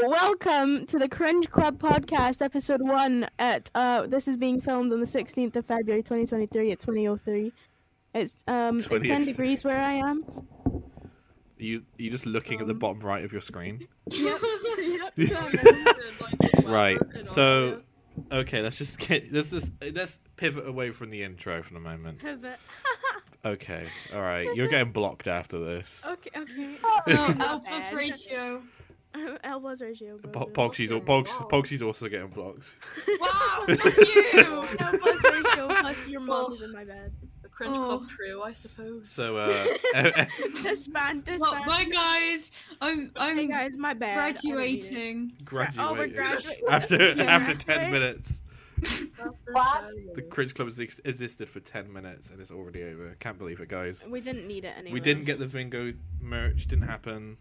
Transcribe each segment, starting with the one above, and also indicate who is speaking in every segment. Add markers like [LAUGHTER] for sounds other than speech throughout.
Speaker 1: Welcome to the Cringe Club podcast, episode one. At uh, this is being filmed on the sixteenth of February, twenty twenty three, at twenty oh three. It's um, it's ten
Speaker 2: 20th.
Speaker 1: degrees where I am.
Speaker 2: Are you are you just looking at the bottom right of your screen?
Speaker 3: Yep. yep.
Speaker 2: Yeah. [LAUGHS]
Speaker 3: Like,
Speaker 2: Right.
Speaker 3: sweater and
Speaker 2: So
Speaker 3: all
Speaker 2: okay, let's just get let's just let's pivot away from the intro for a moment.
Speaker 3: that. Pivot.
Speaker 2: Okay. All right. You're getting blocked after this.
Speaker 3: Okay,
Speaker 1: [LAUGHS]
Speaker 3: okay.
Speaker 2: [LAUGHS] Oh,
Speaker 4: not
Speaker 3: alpha
Speaker 4: bad. [LAUGHS]
Speaker 3: ratio.
Speaker 1: Elbows ratio. bros.
Speaker 2: Po-
Speaker 1: [LAUGHS]
Speaker 2: Pogsy's, al- Pogs, Pogsy's also getting blocked.
Speaker 3: Wow,
Speaker 1: Oh,
Speaker 3: you!
Speaker 1: Elbows ratio plus your mom is in my bed.
Speaker 3: The cringe
Speaker 4: Oh.
Speaker 3: club true, I suppose.
Speaker 2: So uh, [LAUGHS] eh, eh,
Speaker 1: Disband, disband.
Speaker 4: Well, bye guys. I'm I'm
Speaker 1: Hey guys, my bad. I don't need it.
Speaker 4: graduating.
Speaker 1: Oh,
Speaker 2: graduating
Speaker 1: we're graduating.
Speaker 2: [LAUGHS] after
Speaker 4: Yeah,
Speaker 2: after ten
Speaker 1: right.
Speaker 2: minutes.
Speaker 5: What?
Speaker 2: The cringe club has ex- existed for ten minutes and it's already over. Can't believe it, guys.
Speaker 1: We didn't need it anyway.
Speaker 2: We didn't get the Vingo merch. Didn't happen.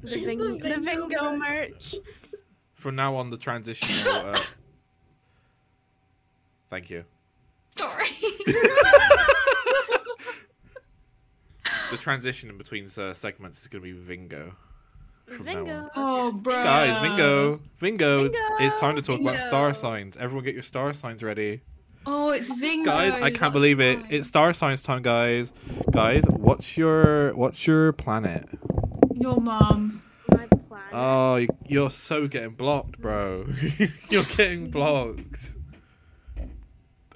Speaker 1: the, ving- the
Speaker 3: The Vingo
Speaker 1: Vingo merch.
Speaker 2: From now on, the transition. will, uh... Thank you.
Speaker 4: Sorry.
Speaker 2: The transition in between uh, segments is going to be Vingo. From now on.
Speaker 1: Vingo.
Speaker 4: oh, bro.
Speaker 2: Guys, Vingo, Vingo,
Speaker 1: Vingo,
Speaker 2: it's time to talk about star
Speaker 3: Vingo.
Speaker 2: signs. Everyone get your star signs ready.
Speaker 4: Oh, it's Vingo.
Speaker 2: Guys, I can't
Speaker 4: that's
Speaker 2: believe it.
Speaker 4: fine.
Speaker 2: It's star signs time, guys. Guys, what's your what's your planet?
Speaker 4: your mom.
Speaker 1: My plan.
Speaker 2: Oh, you- you're so getting blocked, bro. [LAUGHS] you're getting blocked.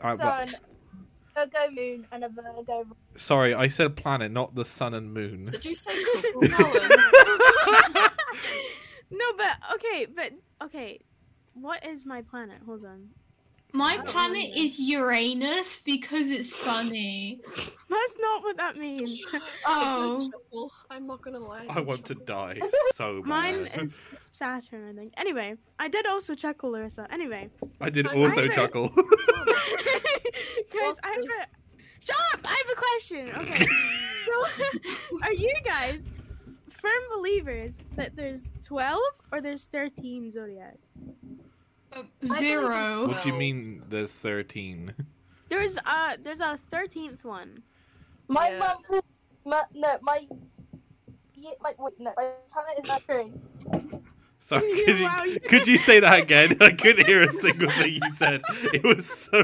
Speaker 2: I'm blo-
Speaker 5: Sun, Virgo moon, and a Virgo.
Speaker 2: sorry, I said planet, not the sun and moon.
Speaker 3: Did you say
Speaker 2: [LAUGHS]
Speaker 3: couple, Alan?
Speaker 1: no, [LAUGHS] but okay, but okay. What is my planet? Hold on. [LAUGHS]
Speaker 4: My planet is Uranus because it's funny.
Speaker 1: That's not what that means. [LAUGHS]
Speaker 3: I
Speaker 4: Oh,
Speaker 3: did shuffle. I'm not gonna lie.
Speaker 2: I want to die so
Speaker 1: Mine
Speaker 2: bad.
Speaker 1: is Saturn, I think. Anyway, I did also chuckle, Larissa. Anyway, [LAUGHS]
Speaker 2: I did
Speaker 3: my
Speaker 2: also
Speaker 1: favorite- [LAUGHS]
Speaker 2: chuckle.
Speaker 1: guys, I have a. Shut up! I have a question. Okay, so [LAUGHS] are you guys firm believers that there's twelve or there's thirteen zodiac?
Speaker 4: zero.
Speaker 2: what do you
Speaker 3: Well-
Speaker 2: mean? There's thirteen.
Speaker 1: There's uh there's a thirteenth one.
Speaker 5: My
Speaker 3: Yeah.
Speaker 5: monthly, my, no, my, ye- my, wait, no, my planet is
Speaker 3: [LAUGHS]
Speaker 5: Mercury.
Speaker 2: Sorry,
Speaker 1: You-
Speaker 2: could Oh, you,
Speaker 1: [LAUGHS] wow, you-
Speaker 2: could you say that again? I couldn't hear a single thing you said. It was so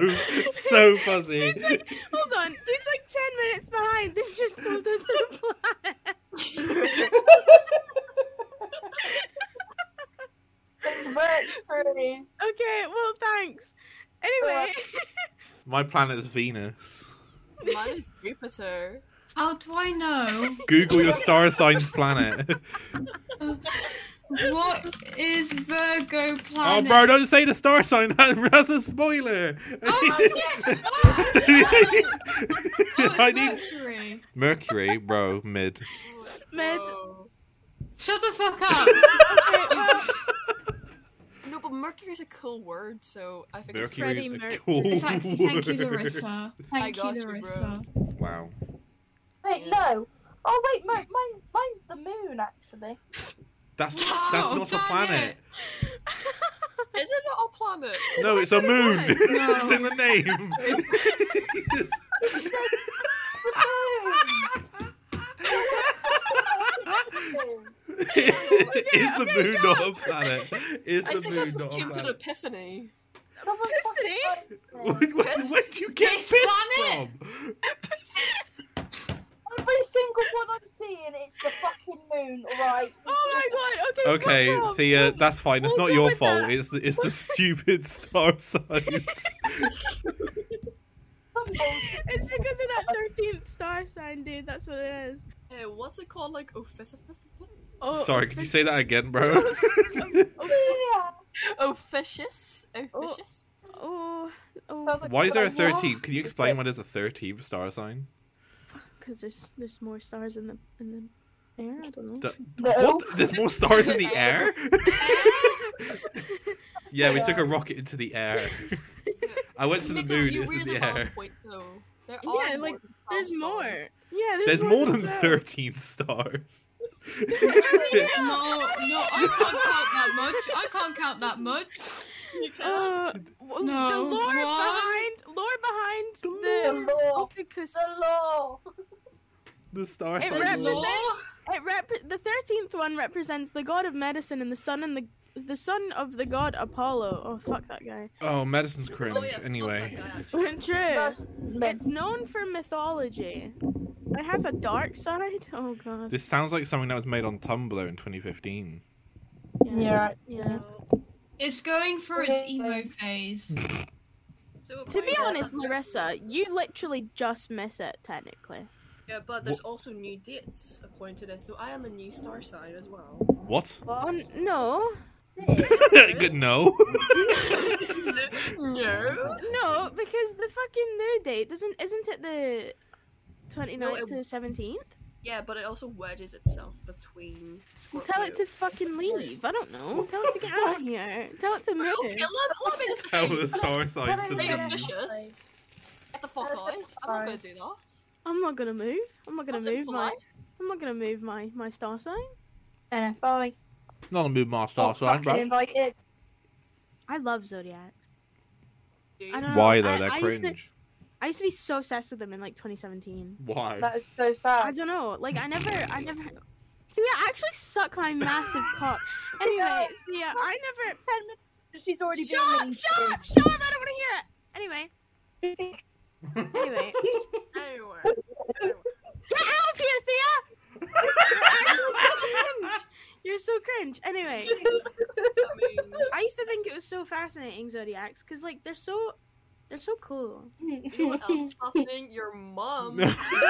Speaker 2: so fuzzy.
Speaker 1: Dude's like, hold on, dude's like ten minutes behind. [LAUGHS] They've just told us their planet.
Speaker 5: It's Mercury.
Speaker 1: Okay, well thanks. Anyway,
Speaker 2: My planet is Venus.
Speaker 3: Mine is Jupiter.
Speaker 4: How do I know?
Speaker 2: Google your star signs planet.
Speaker 4: what is Virgo
Speaker 2: Oh,
Speaker 4: planet?
Speaker 2: bro, don't say the star sign. [LAUGHS] that- That's a spoiler. [LAUGHS]
Speaker 4: Oh, Oh,
Speaker 2: [LAUGHS]
Speaker 4: it's
Speaker 2: I need
Speaker 4: Mercury.
Speaker 2: Mercury, bro, mid.
Speaker 1: Med.
Speaker 3: Whoa.
Speaker 4: Shut the fuck
Speaker 2: [LAUGHS]
Speaker 4: up.
Speaker 1: Okay, well,
Speaker 3: No, but Mercury's a cool word, so I
Speaker 4: [LAUGHS]
Speaker 3: think
Speaker 2: Mercury
Speaker 1: Freddie
Speaker 2: is a
Speaker 1: Mercury.
Speaker 2: cool
Speaker 4: It's like, thank you,
Speaker 2: word.
Speaker 4: Larissa.
Speaker 3: I
Speaker 4: Thank you,
Speaker 3: got you, bro.
Speaker 4: Larissa.
Speaker 2: Wow.
Speaker 5: Wait, no. Oh wait, my, mine, mine's the moon actually.
Speaker 3: [LAUGHS]
Speaker 2: That's
Speaker 4: Wow,
Speaker 2: that's not a planet.
Speaker 4: planet.
Speaker 3: it's... Is it not a planet?
Speaker 2: No, it's a moon. [LAUGHS] it's
Speaker 4: No.
Speaker 2: in the name. [LAUGHS]
Speaker 5: Moon.
Speaker 2: Is the
Speaker 1: okay,
Speaker 2: moon
Speaker 1: shut
Speaker 2: not a
Speaker 1: up.
Speaker 2: planet? Is
Speaker 3: I
Speaker 2: the
Speaker 3: think
Speaker 2: moon
Speaker 3: I just
Speaker 2: not a
Speaker 3: came to an
Speaker 2: planet?
Speaker 3: epiphany.
Speaker 5: Someone
Speaker 1: Pissity?
Speaker 5: fucking
Speaker 2: [LAUGHS] Where
Speaker 5: wrote it.
Speaker 2: did you get
Speaker 4: This
Speaker 2: pissed
Speaker 4: planet.
Speaker 2: from?
Speaker 5: Every single one I'm seeing, it's the fucking moon, right?
Speaker 1: oh my god. Okay.
Speaker 2: Okay,
Speaker 1: fuck off.
Speaker 2: Thea, that's fine. It's
Speaker 1: We'll
Speaker 2: not
Speaker 1: go
Speaker 2: your
Speaker 1: with
Speaker 2: fault.
Speaker 1: that.
Speaker 2: It's the, it's the [LAUGHS] stupid star [LAUGHS] signs.
Speaker 5: Some
Speaker 3: [LAUGHS]
Speaker 5: bullshit.
Speaker 1: It's because of that thirteenth star sign, dude. That's what it is.
Speaker 3: Hey, what's it called? Like official,
Speaker 1: Oh,
Speaker 2: Sorry, could you say that again, [LAUGHS] bro?
Speaker 5: Yeah.
Speaker 3: officious, officious.
Speaker 1: Oh, oh,
Speaker 5: Sounds like
Speaker 2: Why is there a
Speaker 5: something like,
Speaker 2: 13? Can you explain why there's a 13 star sign?
Speaker 1: because there's there's more stars in the in the air. I don't know.
Speaker 2: The-
Speaker 5: No.
Speaker 2: What? There's more stars [LAUGHS] in the air? yeah, we took a rocket into the [LAUGHS] air. I went to the
Speaker 3: Mika,
Speaker 2: moon,
Speaker 3: you
Speaker 2: it's in
Speaker 3: really
Speaker 2: the
Speaker 3: have
Speaker 2: [LAUGHS]
Speaker 3: a
Speaker 2: air.
Speaker 3: Point, though. There
Speaker 1: Yeah,
Speaker 3: are
Speaker 1: like,
Speaker 3: more than
Speaker 1: [LAUGHS] There's
Speaker 3: 12
Speaker 1: more.
Speaker 3: stars.
Speaker 1: Yeah, there's,
Speaker 2: There's more than
Speaker 1: that.
Speaker 2: 13 stars. [LAUGHS]
Speaker 4: No, no, I can't count that much. I can't count that much.
Speaker 1: Uh, w- the
Speaker 4: No.
Speaker 1: lore
Speaker 4: What?
Speaker 1: behind lore behind
Speaker 5: The
Speaker 1: the
Speaker 5: law.
Speaker 1: Opicus.
Speaker 5: The law.
Speaker 2: The star
Speaker 1: It
Speaker 2: sign.
Speaker 1: represents-
Speaker 4: Law?
Speaker 1: It rep- the thirteenth one represents the god of medicine and the son and the the son of the god Apollo. Oh fuck that guy. [LAUGHS]
Speaker 2: Oh, medicine's cringe.
Speaker 3: Oh, yeah, fuck
Speaker 2: anyway,
Speaker 3: that guy, actually.
Speaker 1: True.
Speaker 5: That's
Speaker 1: It's known for mythology. It has a dark side. Oh god.
Speaker 2: this sounds like something that was made on Tumblr in 2015.
Speaker 5: Yeah.
Speaker 3: [LAUGHS]
Speaker 1: Yeah.
Speaker 4: It's going through its emo
Speaker 2: [LAUGHS]
Speaker 4: phase.
Speaker 3: So
Speaker 1: To be
Speaker 3: according
Speaker 1: honest,
Speaker 3: that-
Speaker 1: Larissa, you literally just miss it technically.
Speaker 3: Yeah, but there's also new dates according to this, so I am a new star sign as well.
Speaker 2: What?
Speaker 1: Oh no,
Speaker 2: [LAUGHS]
Speaker 1: [LAUGHS]
Speaker 2: Good no.
Speaker 3: no.
Speaker 1: [LAUGHS] no, because the fucking new date doesn't isn't it the 29th
Speaker 3: No, it-
Speaker 1: to the seventeenth?
Speaker 3: Yeah, but it also wedges itself between.
Speaker 1: Well,
Speaker 3: Scorpio.
Speaker 1: tell it to fucking leave. I don't
Speaker 3: [LAUGHS]
Speaker 1: know. Tell it to get out of here. Tell it to move.
Speaker 3: Oh, Okay, let, let me just.
Speaker 2: Tell the star sign to
Speaker 3: They
Speaker 5: Yeah.
Speaker 3: are
Speaker 2: leave.
Speaker 3: vicious. Get the fuck
Speaker 5: That's
Speaker 3: out.
Speaker 5: just
Speaker 3: I'm not
Speaker 5: fine.
Speaker 3: gonna do that.
Speaker 1: I'm not gonna move. I'm not gonna
Speaker 3: That's
Speaker 1: move my.
Speaker 3: impolite.
Speaker 1: I'm not gonna move my my star sign.
Speaker 5: And if I
Speaker 2: Not a move my
Speaker 1: Oh,
Speaker 2: star sign,
Speaker 5: got
Speaker 2: bro.
Speaker 5: invited,
Speaker 1: I love zodiacs.
Speaker 3: Dude.
Speaker 1: I don't
Speaker 2: Why
Speaker 1: know.
Speaker 2: though?
Speaker 1: I-
Speaker 2: They're
Speaker 1: I used to-
Speaker 2: cringe.
Speaker 1: I used to be so obsessed with them in like 2017.
Speaker 2: Why?
Speaker 5: that is so
Speaker 1: I
Speaker 5: sad.
Speaker 1: don't know. Like I never. I never. See, I actually suck my [LAUGHS] massive cock. Anyway, yeah, I never.
Speaker 5: Ten minutes. She's already
Speaker 1: Shut up!
Speaker 5: been
Speaker 1: Shut up! [LAUGHS] Shut up! I don't want to hear it. Anyway, anyway,
Speaker 3: Anywhere.
Speaker 1: [LAUGHS] get out of here, Thea. [LAUGHS] You're actually so cringe. You're so cringe. Anyway.
Speaker 3: I mean,
Speaker 1: I used to think it was so fascinating zodiacs because like they're so they're so cool.
Speaker 3: you know what
Speaker 5: [LAUGHS]
Speaker 3: else is fascinating? Your mum.
Speaker 1: Don't say anything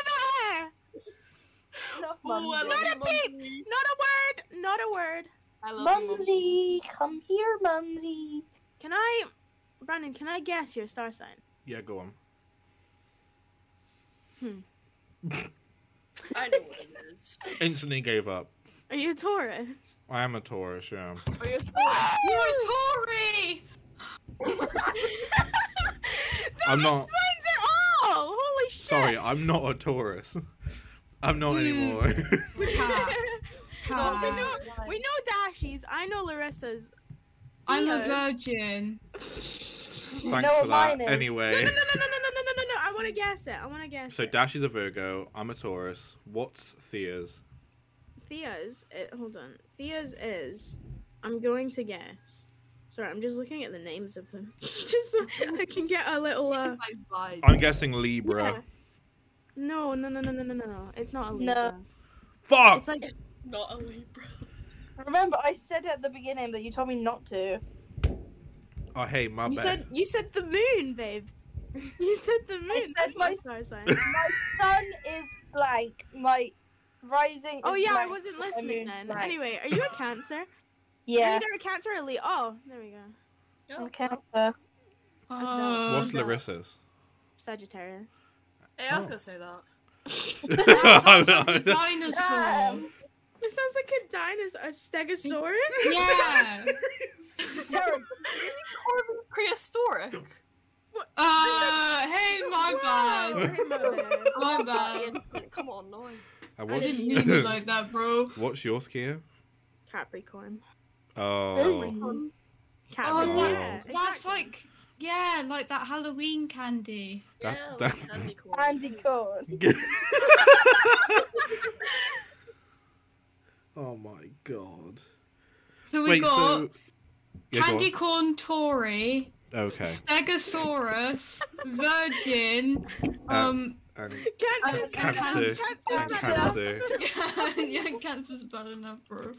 Speaker 1: about her.
Speaker 3: Oh, I
Speaker 1: Not
Speaker 3: love you,
Speaker 1: a
Speaker 3: Mumsy.
Speaker 1: Not a word. Not a word.
Speaker 3: I love you, Mumsy.
Speaker 5: Mumsy, come here, Mumsy.
Speaker 1: Can I, Brandon? Can I guess your star sign?
Speaker 2: yeah, go on.
Speaker 3: I know what it
Speaker 1: [LAUGHS]
Speaker 3: is.
Speaker 2: Instantly gave up.
Speaker 1: Are you a [LAUGHS] Taurus?
Speaker 2: I am a Taurus. Yeah.
Speaker 3: Are you
Speaker 4: You're a Tory!
Speaker 1: that
Speaker 2: I'm not-
Speaker 1: explains it all. Holy shit!
Speaker 2: Sorry, I'm not a Taurus. I'm not
Speaker 4: Hmm.
Speaker 2: anymore. [LAUGHS]
Speaker 1: [LAUGHS]
Speaker 4: Cat.
Speaker 1: Well, we
Speaker 4: Cat.
Speaker 1: know we know Dashies. I know Larissa's.
Speaker 4: I'm a
Speaker 1: Yes.
Speaker 4: virgin.
Speaker 2: Thanks
Speaker 5: know
Speaker 2: for
Speaker 5: what
Speaker 2: that.
Speaker 5: mine
Speaker 1: No,
Speaker 5: is.
Speaker 1: no, [LAUGHS]
Speaker 2: Anyway.
Speaker 1: no, no, no, no, no, no, no, no, no. I want to guess it. I want to guess.
Speaker 2: So
Speaker 1: it.
Speaker 2: Dash is a Virgo. I'm a Taurus. What's Thea's?
Speaker 1: Thea's. It, hold on. Thea's is. I'm going to guess. Sorry, I'm just looking at the names of them, [LAUGHS] just so I can get a little. Uh,
Speaker 3: my vibe?
Speaker 2: I'm guessing Libra.
Speaker 1: no, no, no, no, no, no, no, no. It's not a
Speaker 5: No.
Speaker 1: Libra.
Speaker 2: Fuck.
Speaker 1: It's like
Speaker 3: Not a Libra.
Speaker 5: Remember, I said at the beginning that you told me not to.
Speaker 2: oh hey, my
Speaker 1: you
Speaker 2: bad. [LAUGHS]
Speaker 1: said. You said the moon, babe. [LAUGHS] You said the moon.
Speaker 5: said
Speaker 1: That's
Speaker 5: my
Speaker 1: my
Speaker 5: s-
Speaker 1: star
Speaker 5: [LAUGHS]
Speaker 1: sign.
Speaker 5: My sun is blank. My rising.
Speaker 1: Oh
Speaker 5: is
Speaker 1: yeah, I
Speaker 5: blank.
Speaker 1: wasn't
Speaker 5: My
Speaker 1: listening
Speaker 5: moon's
Speaker 1: then.
Speaker 5: blank.
Speaker 1: Anyway, are you a Cancer? Are
Speaker 5: [LAUGHS] yeah,
Speaker 1: you either a Cancer or a Leo? Oh, there we go. [LAUGHS]
Speaker 5: I'm Cancer.
Speaker 1: Oh,
Speaker 4: [LAUGHS]
Speaker 2: What's
Speaker 1: no.
Speaker 2: Larissa's?
Speaker 1: Sagittarius.
Speaker 3: Hey, I was
Speaker 2: Oh.
Speaker 3: gonna say that.
Speaker 1: It
Speaker 2: [LAUGHS] I
Speaker 4: That sounds like a dinosaur.
Speaker 1: sounds like a dinosaur, a stegosaurus.
Speaker 2: [LAUGHS]
Speaker 4: Yeah.
Speaker 5: Terrible.
Speaker 3: [LAUGHS] Prehistoric.
Speaker 4: Uh, hey, my
Speaker 1: Wow,
Speaker 4: bad.
Speaker 1: hey, man.
Speaker 4: My bad.
Speaker 3: Come on, no.
Speaker 4: I
Speaker 2: what's, [LAUGHS]
Speaker 4: didn't mean it like that, bro.
Speaker 2: what's yours, Kia?
Speaker 1: Capricorn.
Speaker 2: Oh,
Speaker 1: Capricorn.
Speaker 2: Oh,
Speaker 1: yeah,
Speaker 4: That's
Speaker 1: exactly.
Speaker 4: like, yeah, like that Halloween candy.
Speaker 3: Yeah,
Speaker 2: That-
Speaker 3: like
Speaker 2: that-
Speaker 3: candy corn.
Speaker 5: Andy
Speaker 1: [LAUGHS]
Speaker 5: Corn.
Speaker 2: oh my god.
Speaker 4: So we
Speaker 2: Wait,
Speaker 4: got
Speaker 2: so Yeah, go
Speaker 4: candy corn Tory,
Speaker 2: on. Okay,
Speaker 4: Stegosaurus, Virgin,
Speaker 2: Uh,
Speaker 4: um, [LAUGHS]
Speaker 2: and
Speaker 1: [LAUGHS] [LAUGHS] Cancer.
Speaker 4: And cancer.
Speaker 2: and
Speaker 1: Cancer's better.
Speaker 2: cancer.
Speaker 4: yeah, yeah, cancer's bad enough, bro.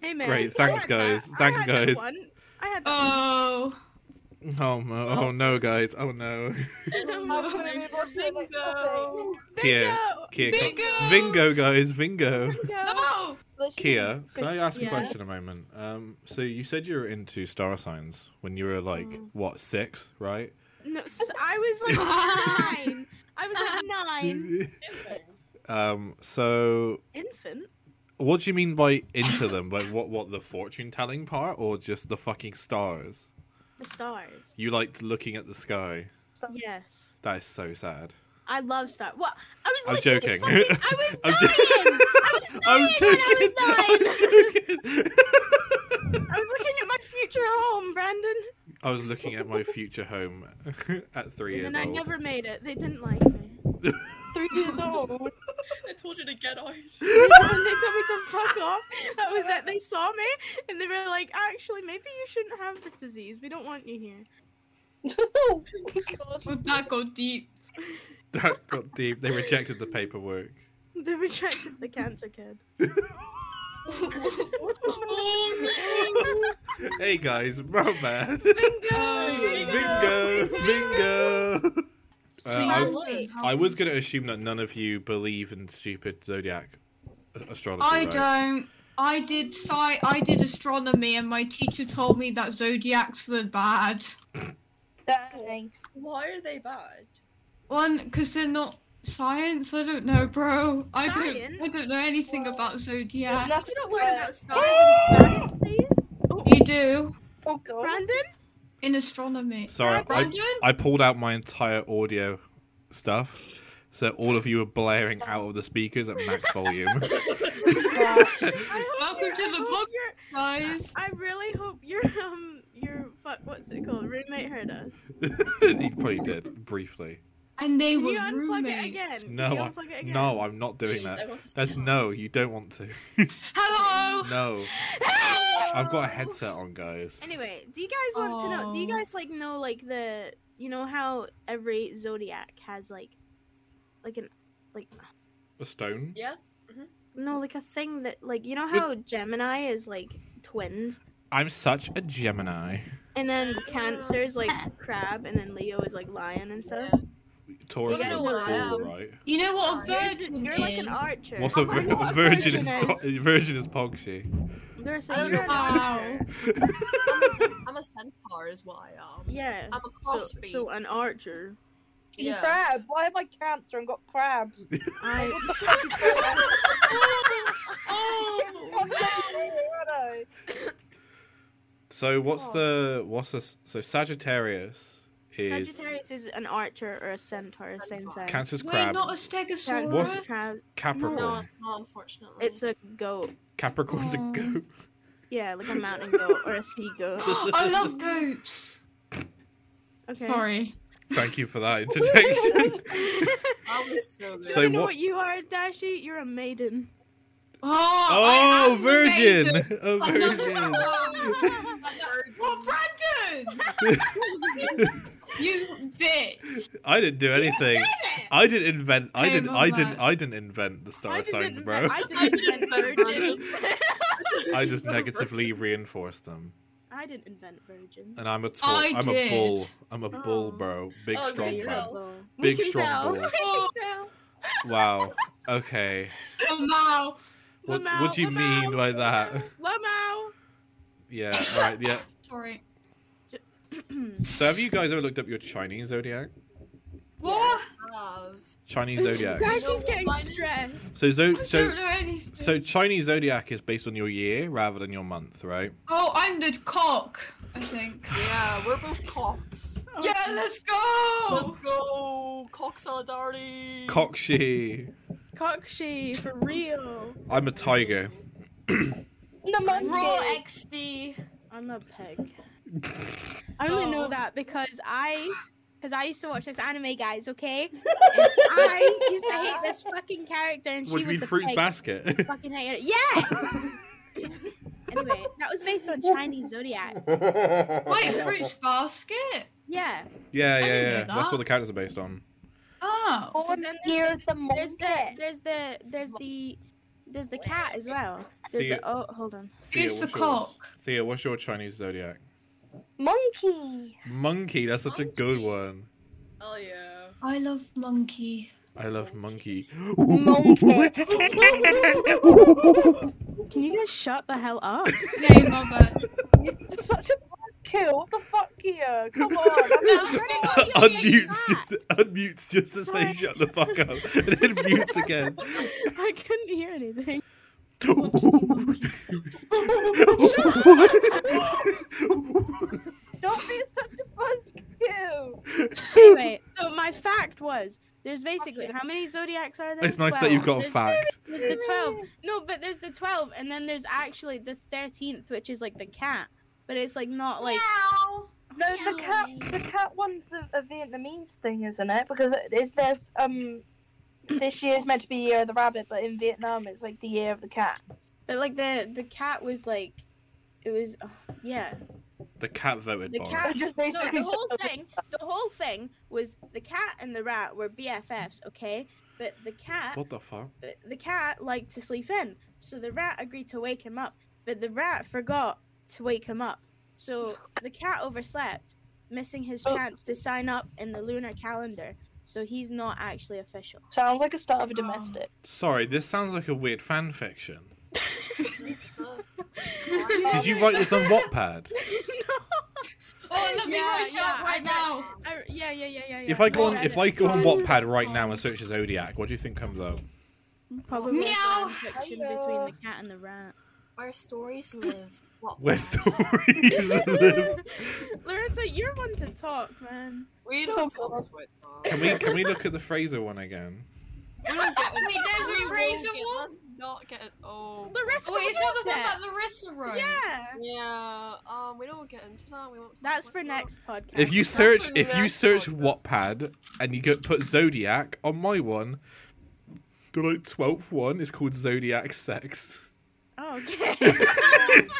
Speaker 1: Hey man.
Speaker 2: Great,
Speaker 1: I
Speaker 2: thanks,
Speaker 1: had
Speaker 2: guys.
Speaker 1: that- I
Speaker 2: Thanks,
Speaker 1: had that
Speaker 2: guys.
Speaker 1: once. I had
Speaker 5: [LAUGHS]
Speaker 1: that
Speaker 4: Oh,
Speaker 2: Oh no! Oh no, guys! Oh no!
Speaker 5: I'm gonna move on to the next topic.
Speaker 3: Bingo.
Speaker 1: once.
Speaker 2: Kia.
Speaker 1: Bingo.
Speaker 2: Kia,
Speaker 4: Bingo!
Speaker 2: Vingo, guys, Vingo.
Speaker 1: [LAUGHS] Bingo.
Speaker 4: no!
Speaker 5: Let's-
Speaker 2: Kia, can I ask
Speaker 1: Yeah.
Speaker 2: a question a moment? Um, so you said you were into star signs when you were like what six, right?
Speaker 1: No, s- I was like nine. I was like nine.
Speaker 2: [LAUGHS]
Speaker 4: [LAUGHS]
Speaker 2: um, so
Speaker 1: Infant.
Speaker 2: what do you mean by into them? Like what? What the fortune telling part, or just the fucking stars?
Speaker 1: The stars.
Speaker 2: You liked looking at the sky.
Speaker 1: Yes.
Speaker 2: That is so sad.
Speaker 1: I love stars. What? I was.
Speaker 2: I'm
Speaker 1: literally
Speaker 2: joking.
Speaker 1: fucking-
Speaker 2: [LAUGHS]
Speaker 1: I was
Speaker 2: I'm
Speaker 1: dying. I was dying.
Speaker 2: jo- [LAUGHS] I'm joking.
Speaker 1: When I was nine.
Speaker 2: I'm [LAUGHS] joking. [LAUGHS]
Speaker 1: I was looking at my future home, Brandon.
Speaker 2: I was looking at my future home [LAUGHS] at three
Speaker 1: And
Speaker 2: years
Speaker 1: then I
Speaker 2: old.
Speaker 1: never made it. They didn't like me.
Speaker 5: three years old.
Speaker 3: I told you to get out.
Speaker 1: they [LAUGHS] told me to fuck off. That was it. They saw me and they were like, actually, maybe you shouldn't have this disease. We don't want you here.
Speaker 5: [LAUGHS] oh god.
Speaker 4: Would that go deep?
Speaker 2: [LAUGHS] That got deep. They rejected the
Speaker 1: [LAUGHS]
Speaker 2: paperwork.
Speaker 1: They rejected the cancer
Speaker 4: [LAUGHS]
Speaker 1: kid.
Speaker 4: oh,
Speaker 2: [LAUGHS] Hey guys, Romad.
Speaker 4: Oh,
Speaker 2: Bingo! Bingo! Uh, I, was,
Speaker 4: no.
Speaker 2: I was going to assume that none of you believe in stupid zodiac a- astrology.
Speaker 4: I
Speaker 2: right?
Speaker 4: don't. I did sci. I did astronomy, and my teacher told me that zodiacs were bad.
Speaker 5: Dang.
Speaker 3: Why are they bad?
Speaker 4: One, because they're not science. I don't know, bro. I don't. I
Speaker 1: Science?
Speaker 4: don't know anything about zodiac.
Speaker 1: You don't learn about stars and science, do you?
Speaker 4: You do
Speaker 5: Oh god.
Speaker 1: Brandon?
Speaker 4: in astronomy.
Speaker 2: Sorry, I,
Speaker 4: Brandon,
Speaker 2: I pulled out my entire audio stuff, so all of you are blaring out of the speakers at max volume. [LAUGHS]
Speaker 1: I hope
Speaker 4: Welcome
Speaker 1: you're-
Speaker 4: to
Speaker 1: I
Speaker 4: the
Speaker 1: hope
Speaker 4: book-
Speaker 1: you're-
Speaker 4: guys.
Speaker 1: I really hope your um your fuck what's it called roommate heard us.
Speaker 2: he probably did briefly.
Speaker 4: And they
Speaker 1: Can
Speaker 4: were
Speaker 1: you unplug it
Speaker 4: roommates.
Speaker 1: again? Can
Speaker 2: No,
Speaker 1: you
Speaker 2: I-
Speaker 1: unplug it again?
Speaker 2: No, I'm not doing
Speaker 3: Please, I
Speaker 2: that.
Speaker 3: want to speak
Speaker 2: That's
Speaker 3: up.
Speaker 2: no. You don't want to. [LAUGHS]
Speaker 4: Hello.
Speaker 2: no, I've got a
Speaker 4: [LAUGHS]
Speaker 2: headset on, guys.
Speaker 1: Anyway, do you guys want to know? Do you
Speaker 4: Oh.
Speaker 1: guys like know like the you know how every zodiac has like like an like
Speaker 2: a stone.
Speaker 3: Yeah.
Speaker 1: no like a thing that like you know how Gemini is like twins
Speaker 2: I'm such a Gemini.
Speaker 1: and then Cancer is like crab and then Leo is like lion and stuff.
Speaker 2: Taurus
Speaker 3: Yeah,
Speaker 2: is a
Speaker 3: well, I
Speaker 2: bull,
Speaker 3: am.
Speaker 2: right?
Speaker 4: You know what a
Speaker 3: Guys,
Speaker 4: virgin
Speaker 1: You're like an
Speaker 4: is? Oh
Speaker 1: archer.
Speaker 2: What's a, vir-
Speaker 1: what
Speaker 2: a virgin is
Speaker 1: virgin
Speaker 2: do- virgin is Pogshi.
Speaker 4: Oh,
Speaker 1: They're so
Speaker 3: I don't
Speaker 1: you're
Speaker 3: know
Speaker 1: an
Speaker 4: how.
Speaker 1: archer.
Speaker 3: I'm a, cen- I'm a centaur, is what I am.
Speaker 1: Yeah.
Speaker 3: I'm a
Speaker 1: So,
Speaker 3: crossbreed.
Speaker 1: so an archer.
Speaker 5: Yeah.
Speaker 3: Yeah. [LAUGHS]
Speaker 5: Crab. Why am I cancer and got crabs?
Speaker 1: I
Speaker 3: Oh,
Speaker 1: Oh!
Speaker 5: I'm getting
Speaker 2: So what's the what's this? So Sagittarius is
Speaker 1: Sagittarius is an archer or a centaur, same
Speaker 3: centaur.
Speaker 1: thing.
Speaker 2: Cancer's
Speaker 4: We're
Speaker 2: crab,
Speaker 4: not a
Speaker 1: Cancer,
Speaker 4: stegosaurus.
Speaker 2: What's-
Speaker 1: crab.
Speaker 2: Capricorn.
Speaker 3: No, it's not, unfortunately.
Speaker 1: It's a goat.
Speaker 2: Capricorn's
Speaker 4: Oh.
Speaker 2: a
Speaker 4: [LAUGHS]
Speaker 2: goat.
Speaker 1: Yeah, like a mountain goat or a sea
Speaker 2: [LAUGHS]
Speaker 1: goat.
Speaker 4: [GASPS] I love goats.
Speaker 1: [GASPS] Okay. [LAUGHS]
Speaker 4: Sorry.
Speaker 2: Thank you for that interjection.
Speaker 3: That was so good.
Speaker 1: Do [LAUGHS] you
Speaker 2: So
Speaker 1: know
Speaker 2: what-
Speaker 1: what you are, Dashi? You're a maiden.
Speaker 4: [LAUGHS] Oh, I
Speaker 2: oh,
Speaker 4: am the
Speaker 2: virgin!
Speaker 1: [LAUGHS]
Speaker 4: maiden.
Speaker 2: A virgin. [LAUGHS]
Speaker 4: Well, Brandon, [LAUGHS] you bitch.
Speaker 2: I didn't do anything. I didn't invent. I
Speaker 4: Okay,
Speaker 2: didn't. I
Speaker 4: Mumbai.
Speaker 2: didn't. I didn't invent the star signs,
Speaker 1: invent-
Speaker 2: bro.
Speaker 1: I didn't [LAUGHS] invent virgins.
Speaker 2: [LAUGHS] I just negatively reinforced them.
Speaker 1: I didn't invent virgins.
Speaker 2: And I'm a tall.
Speaker 4: I
Speaker 2: I'm a
Speaker 4: did.
Speaker 2: bull. I'm a bull,
Speaker 1: Oh.
Speaker 2: bro. Big
Speaker 3: Oh,
Speaker 2: strong
Speaker 3: yeah.
Speaker 2: man.
Speaker 1: Well,
Speaker 2: Big
Speaker 1: we can tell.
Speaker 2: strong bull.
Speaker 4: [LAUGHS]
Speaker 1: We can tell.
Speaker 2: Wow. Okay.
Speaker 4: Oh, now.
Speaker 2: What,
Speaker 1: Lamau,
Speaker 2: what do you
Speaker 1: Lamau,
Speaker 2: mean by that?
Speaker 1: Lamau.
Speaker 2: Yeah. All right. Yeah.
Speaker 4: Sorry.
Speaker 2: So have you guys ever looked up your Chinese zodiac?
Speaker 4: What?
Speaker 3: Love.
Speaker 2: Chinese
Speaker 4: [LAUGHS]
Speaker 2: zodiac.
Speaker 3: You know
Speaker 1: Dashi's
Speaker 3: what
Speaker 1: getting
Speaker 3: mine is?
Speaker 1: stressed.
Speaker 2: So zo-
Speaker 4: I
Speaker 2: so
Speaker 4: don't know anything.
Speaker 2: so Chinese zodiac is based on your year rather than your month, right?
Speaker 4: oh, I'm the cock. I think.
Speaker 3: [LAUGHS] Yeah, we're both cocks.
Speaker 1: Oh,
Speaker 4: Yeah, let's go.
Speaker 3: Let's
Speaker 2: Oh.
Speaker 3: go! Cock solidarity!
Speaker 2: Cockshy.
Speaker 1: Cockshy, for real.
Speaker 2: I'm a tiger.
Speaker 5: No man.
Speaker 4: Raw XD.
Speaker 1: I'm a pig. I only know
Speaker 4: Oh.
Speaker 1: that because I, because I used to watch this anime, guys. Okay, And I used to hate this fucking character, and she
Speaker 2: Would you
Speaker 1: was
Speaker 2: mean
Speaker 1: the
Speaker 2: fruits
Speaker 1: pig.
Speaker 2: basket? [LAUGHS]
Speaker 1: Fucking hate it. Yes. anyway, that was based on Chinese zodiac.
Speaker 4: Wait, fruits basket.
Speaker 1: Yeah.
Speaker 2: Yeah, yeah,
Speaker 4: didn't know
Speaker 2: yeah. That's
Speaker 4: that.
Speaker 2: what the characters are based on.
Speaker 4: Oh.
Speaker 5: On here the
Speaker 1: There's the
Speaker 5: monkey.
Speaker 1: there's the there's the there's the cat as well. There's
Speaker 2: Theo-
Speaker 1: the, oh hold on.
Speaker 2: Thea,
Speaker 4: It's the
Speaker 2: what's yours?
Speaker 4: cock.
Speaker 2: Thea, what's your Chinese zodiac?
Speaker 5: Monkey.
Speaker 2: Monkey. That's such a good
Speaker 3: Monkey.
Speaker 2: one.
Speaker 3: Oh yeah.
Speaker 4: I love
Speaker 1: [LAUGHS]
Speaker 4: monkey.
Speaker 2: I love monkey. [LAUGHS]
Speaker 4: [LAUGHS]
Speaker 1: Can you guys shut the hell
Speaker 2: [LAUGHS]
Speaker 1: up? [LAUGHS]
Speaker 4: Yay, mother.
Speaker 5: You're such a buzzkill. What the fuck here? Come
Speaker 1: [LAUGHS]
Speaker 5: on.
Speaker 2: unmutes just unmutes just to say
Speaker 1: Sorry.
Speaker 2: shut the fuck up [LAUGHS] and then mutes again. [LAUGHS]
Speaker 1: I couldn't hear anything.
Speaker 5: Don't be such a buzzkill.
Speaker 1: Anyway, so my fact was there's basically how many zodiacs are there?
Speaker 2: it's nice that you've
Speaker 1: 12.
Speaker 2: got a
Speaker 1: There's-
Speaker 2: fact.
Speaker 1: There's the twelve. No, but there's the twelve, and then there's actually the thirteenth, which is like the cat. But it's like not like
Speaker 5: No, the cat, the cat one's a, a Vietnamese thing, isn't it? Because it is there's um this year is meant to be year of the rabbit, but in Vietnam it's like the year of the cat.
Speaker 1: But like the the cat was like, it was oh, yeah.
Speaker 2: The cat voted
Speaker 1: The
Speaker 2: Boris.
Speaker 1: cat-
Speaker 5: It just
Speaker 1: No,
Speaker 5: basically
Speaker 1: the whole
Speaker 5: just-
Speaker 1: thing, the whole thing was the cat and the rat were BFFs, okay? But the cat,
Speaker 2: What the fuck?
Speaker 1: the- the cat liked to sleep in, so the rat agreed to wake him up. But the rat forgot to wake him up, so the cat overslept, missing his
Speaker 5: Oh.
Speaker 1: chance to sign up in the lunar calendar. So he's not actually official. [LAUGHS]
Speaker 5: Sounds like a start of a domestic.
Speaker 2: Sorry, this sounds like a weird fan fiction.
Speaker 1: Oh
Speaker 2: Did you
Speaker 1: my
Speaker 2: write this on Wattpad?
Speaker 4: Oh, let me
Speaker 1: Yeah,
Speaker 4: reach out
Speaker 1: yeah,
Speaker 4: right
Speaker 1: I-
Speaker 4: now.
Speaker 1: I- yeah, yeah, yeah, yeah, yeah.
Speaker 2: If I go on,
Speaker 1: Yeah,
Speaker 2: if
Speaker 1: yeah.
Speaker 2: I go on Wattpad right now and search Zodiac, what do you think comes up?
Speaker 1: probably a
Speaker 4: Meow.
Speaker 1: fanfiction between the cat and the
Speaker 2: [LAUGHS]
Speaker 1: rat.
Speaker 3: Our stories live. What
Speaker 2: Where
Speaker 3: matters.
Speaker 2: stories live?
Speaker 1: Larissa, you're one to talk, man.
Speaker 3: [LAUGHS] We don't
Speaker 5: Oh,
Speaker 3: talk about
Speaker 2: Can we can we look at the Fraser one again?
Speaker 1: [LAUGHS]
Speaker 4: Wait, there's a Fraser one?
Speaker 3: Let's not get. Oh.
Speaker 1: Larissa,
Speaker 4: Oh, is that the one
Speaker 1: that?
Speaker 4: that Larissa wrote?
Speaker 1: Yeah.
Speaker 3: Yeah. Um. We don't get into that. We won't. talk
Speaker 1: That's
Speaker 3: about
Speaker 1: for
Speaker 3: that.
Speaker 1: next podcast.
Speaker 2: If you
Speaker 3: That's
Speaker 2: search
Speaker 3: what
Speaker 2: if you
Speaker 3: Zodiac
Speaker 2: search
Speaker 3: was.
Speaker 2: Wattpad and you go put Zodiac on my one, the like twelfth one is called Zodiac Sex.
Speaker 1: Oh,
Speaker 2: [LAUGHS]
Speaker 1: okay.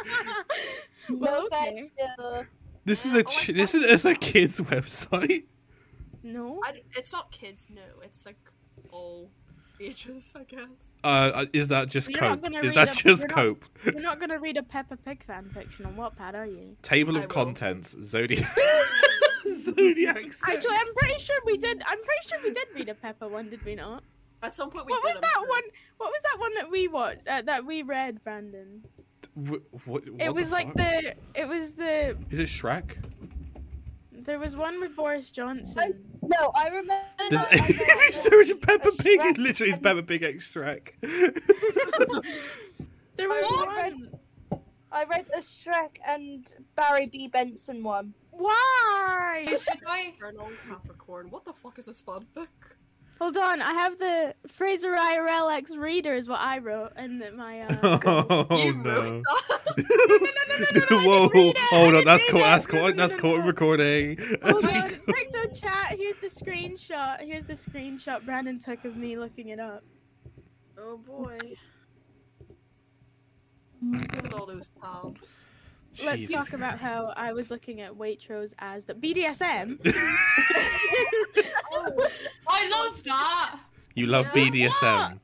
Speaker 1: [LAUGHS] well,
Speaker 5: No,
Speaker 1: okay.
Speaker 5: thank you.
Speaker 2: This is a
Speaker 3: Oh my
Speaker 2: ch- this is it's a kids website.
Speaker 1: No.
Speaker 3: I d- it's not kids. No. It's like all ages, I guess.
Speaker 2: Uh, is that just
Speaker 1: You're not
Speaker 2: cope?
Speaker 1: gonna read
Speaker 2: Is that
Speaker 1: a-
Speaker 2: just
Speaker 1: you're not-
Speaker 2: cope?
Speaker 1: You're not gonna read a Peppa Pig fanfiction on Wattpad, are you?
Speaker 2: Table
Speaker 3: I
Speaker 2: of
Speaker 3: will.
Speaker 2: contents, Zodiac. [LAUGHS] Zodiac sex.
Speaker 1: Actually, I'm pretty sure we did. I'm pretty sure we did read a Peppa one, did we not?
Speaker 3: At some point we.
Speaker 1: what
Speaker 3: did,
Speaker 1: was
Speaker 3: I'm
Speaker 1: that
Speaker 3: sure.
Speaker 1: one? What was that one that we watched? Uh, that we read, Brandon.
Speaker 2: Wh- what- what
Speaker 1: it was like
Speaker 2: fuck?
Speaker 1: the. It was the.
Speaker 2: Is it Shrek?
Speaker 1: There was one with Boris Johnson.
Speaker 5: No, I remember.
Speaker 2: [LAUGHS] Does-
Speaker 5: I know-
Speaker 2: Search Peppa Pig.
Speaker 5: Shrek.
Speaker 2: It literally is Peppa Pig X Shrek.
Speaker 1: There was
Speaker 5: What?
Speaker 1: one.
Speaker 5: I read a Shrek and Barry B. Benson one.
Speaker 1: Why?
Speaker 4: Wait, should I?
Speaker 3: Eternal Capricorn. What the fuck is this fanfic?
Speaker 1: Hold on, I have the Fraser IRL X reader is what I wrote and that my.
Speaker 2: [LAUGHS]
Speaker 1: Uh,
Speaker 2: [LAUGHS] oh
Speaker 3: you
Speaker 2: no.
Speaker 3: wrote
Speaker 2: [LAUGHS]
Speaker 3: that. [LAUGHS]
Speaker 2: Whoa,
Speaker 1: read it. I
Speaker 2: hold on,
Speaker 1: didn't
Speaker 2: that's
Speaker 1: read
Speaker 2: caught,
Speaker 1: it.
Speaker 2: that's
Speaker 1: No, no,
Speaker 2: caught, that's
Speaker 1: no,
Speaker 2: caught
Speaker 1: no.
Speaker 2: recording. [LAUGHS]
Speaker 1: hold on, crypto chat. Here's the screenshot. Here's the screenshot Brandon took of me looking it up.
Speaker 3: oh boy. Look at all those tabs.
Speaker 1: Let's
Speaker 2: Jesus
Speaker 1: talk about how I was looking at Waitrose as the [LAUGHS]
Speaker 2: [LAUGHS]
Speaker 1: BDSM.
Speaker 4: I love that.
Speaker 2: You love
Speaker 3: Yeah.
Speaker 2: BDSM.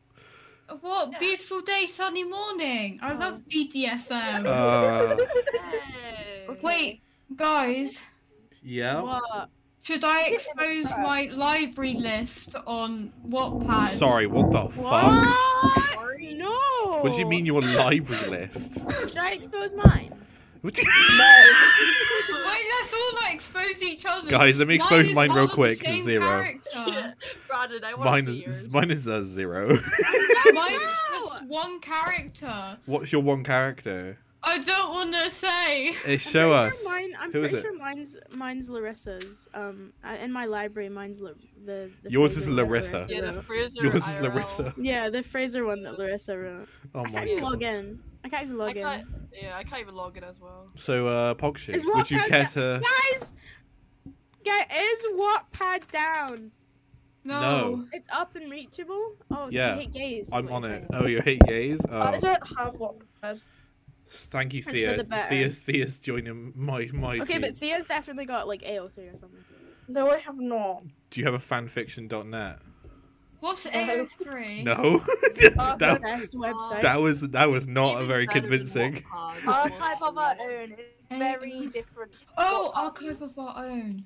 Speaker 4: What a beautiful day, sunny morning. I
Speaker 1: Oh.
Speaker 4: love BDSM.
Speaker 2: [LAUGHS] Uh,
Speaker 3: Hey.
Speaker 4: Wait, guys,
Speaker 2: yeah.
Speaker 1: What?
Speaker 4: should I expose my library list on Wattpad?
Speaker 2: Sorry, what the fuck?
Speaker 1: What? No.
Speaker 2: What do you mean your library list?
Speaker 1: [LAUGHS] Should I expose mine?
Speaker 2: What do you-
Speaker 4: Wait, let's all like expose each other.
Speaker 2: Guys, let me
Speaker 4: Mine
Speaker 2: expose
Speaker 4: is
Speaker 2: mine
Speaker 4: all
Speaker 2: real
Speaker 4: of the
Speaker 2: quick.
Speaker 4: same
Speaker 2: Zero.
Speaker 1: [LAUGHS]
Speaker 4: character.
Speaker 3: [LAUGHS] Brandon, I
Speaker 2: [LAUGHS]
Speaker 3: want
Speaker 2: Mine
Speaker 3: to see yours.
Speaker 2: is mine is a zero.
Speaker 4: Mine's
Speaker 1: No.
Speaker 4: just one character.
Speaker 2: What's your one character?
Speaker 4: I don't want to say.
Speaker 2: Hey,
Speaker 1: I'm
Speaker 2: show
Speaker 1: pretty
Speaker 2: us.
Speaker 1: Sure mine, I'm
Speaker 2: Who is
Speaker 1: pretty
Speaker 2: it?
Speaker 1: sure mine's mine's Larissa's. Um, I- in my library, mine's La- the, the.
Speaker 2: Yours
Speaker 1: Fraser
Speaker 2: is
Speaker 1: one that
Speaker 2: Larissa.
Speaker 3: Yeah, the
Speaker 1: wrote.
Speaker 3: Fraser
Speaker 2: [LAUGHS] [LAUGHS] Yours is
Speaker 3: IRL.
Speaker 2: Larissa.
Speaker 1: Yeah, the Fraser one that Larissa wrote.
Speaker 2: Oh
Speaker 1: I
Speaker 2: my
Speaker 1: can't even log
Speaker 2: god.
Speaker 1: in. I can't even
Speaker 3: I
Speaker 1: log in.
Speaker 3: can't, yeah, I can't even log in as well.
Speaker 2: So, uh, Pogshoot,
Speaker 1: Is
Speaker 2: would you
Speaker 1: Wattpad
Speaker 2: care to?
Speaker 1: Guys, get is Wattpad down?
Speaker 4: No.
Speaker 2: No.
Speaker 1: It's up and reachable. Oh, so
Speaker 2: Yeah,
Speaker 1: you hate gays. is
Speaker 2: I'm
Speaker 1: what
Speaker 2: on
Speaker 1: you're
Speaker 2: it.
Speaker 1: saying.
Speaker 2: Oh, you hate gays.
Speaker 5: I
Speaker 2: Oh,
Speaker 5: don't have one.
Speaker 2: thank you,
Speaker 1: for
Speaker 2: Thea.
Speaker 1: the better.
Speaker 2: Thea's Thea's joining my my
Speaker 1: Okay,
Speaker 2: team.
Speaker 1: but Thea's definitely got like AO3 or something.
Speaker 5: No, I have not.
Speaker 2: Do you have a fanfiction.net?
Speaker 4: What's
Speaker 1: Uh-huh.
Speaker 4: AO3?
Speaker 2: No, [LAUGHS]
Speaker 1: the
Speaker 2: that,
Speaker 1: best website.
Speaker 2: that was that was not
Speaker 3: Even
Speaker 2: very
Speaker 3: better than
Speaker 2: convincing.
Speaker 3: Wattpad.
Speaker 5: Archive of our own is very different.
Speaker 4: Oh, Archive of Our Own.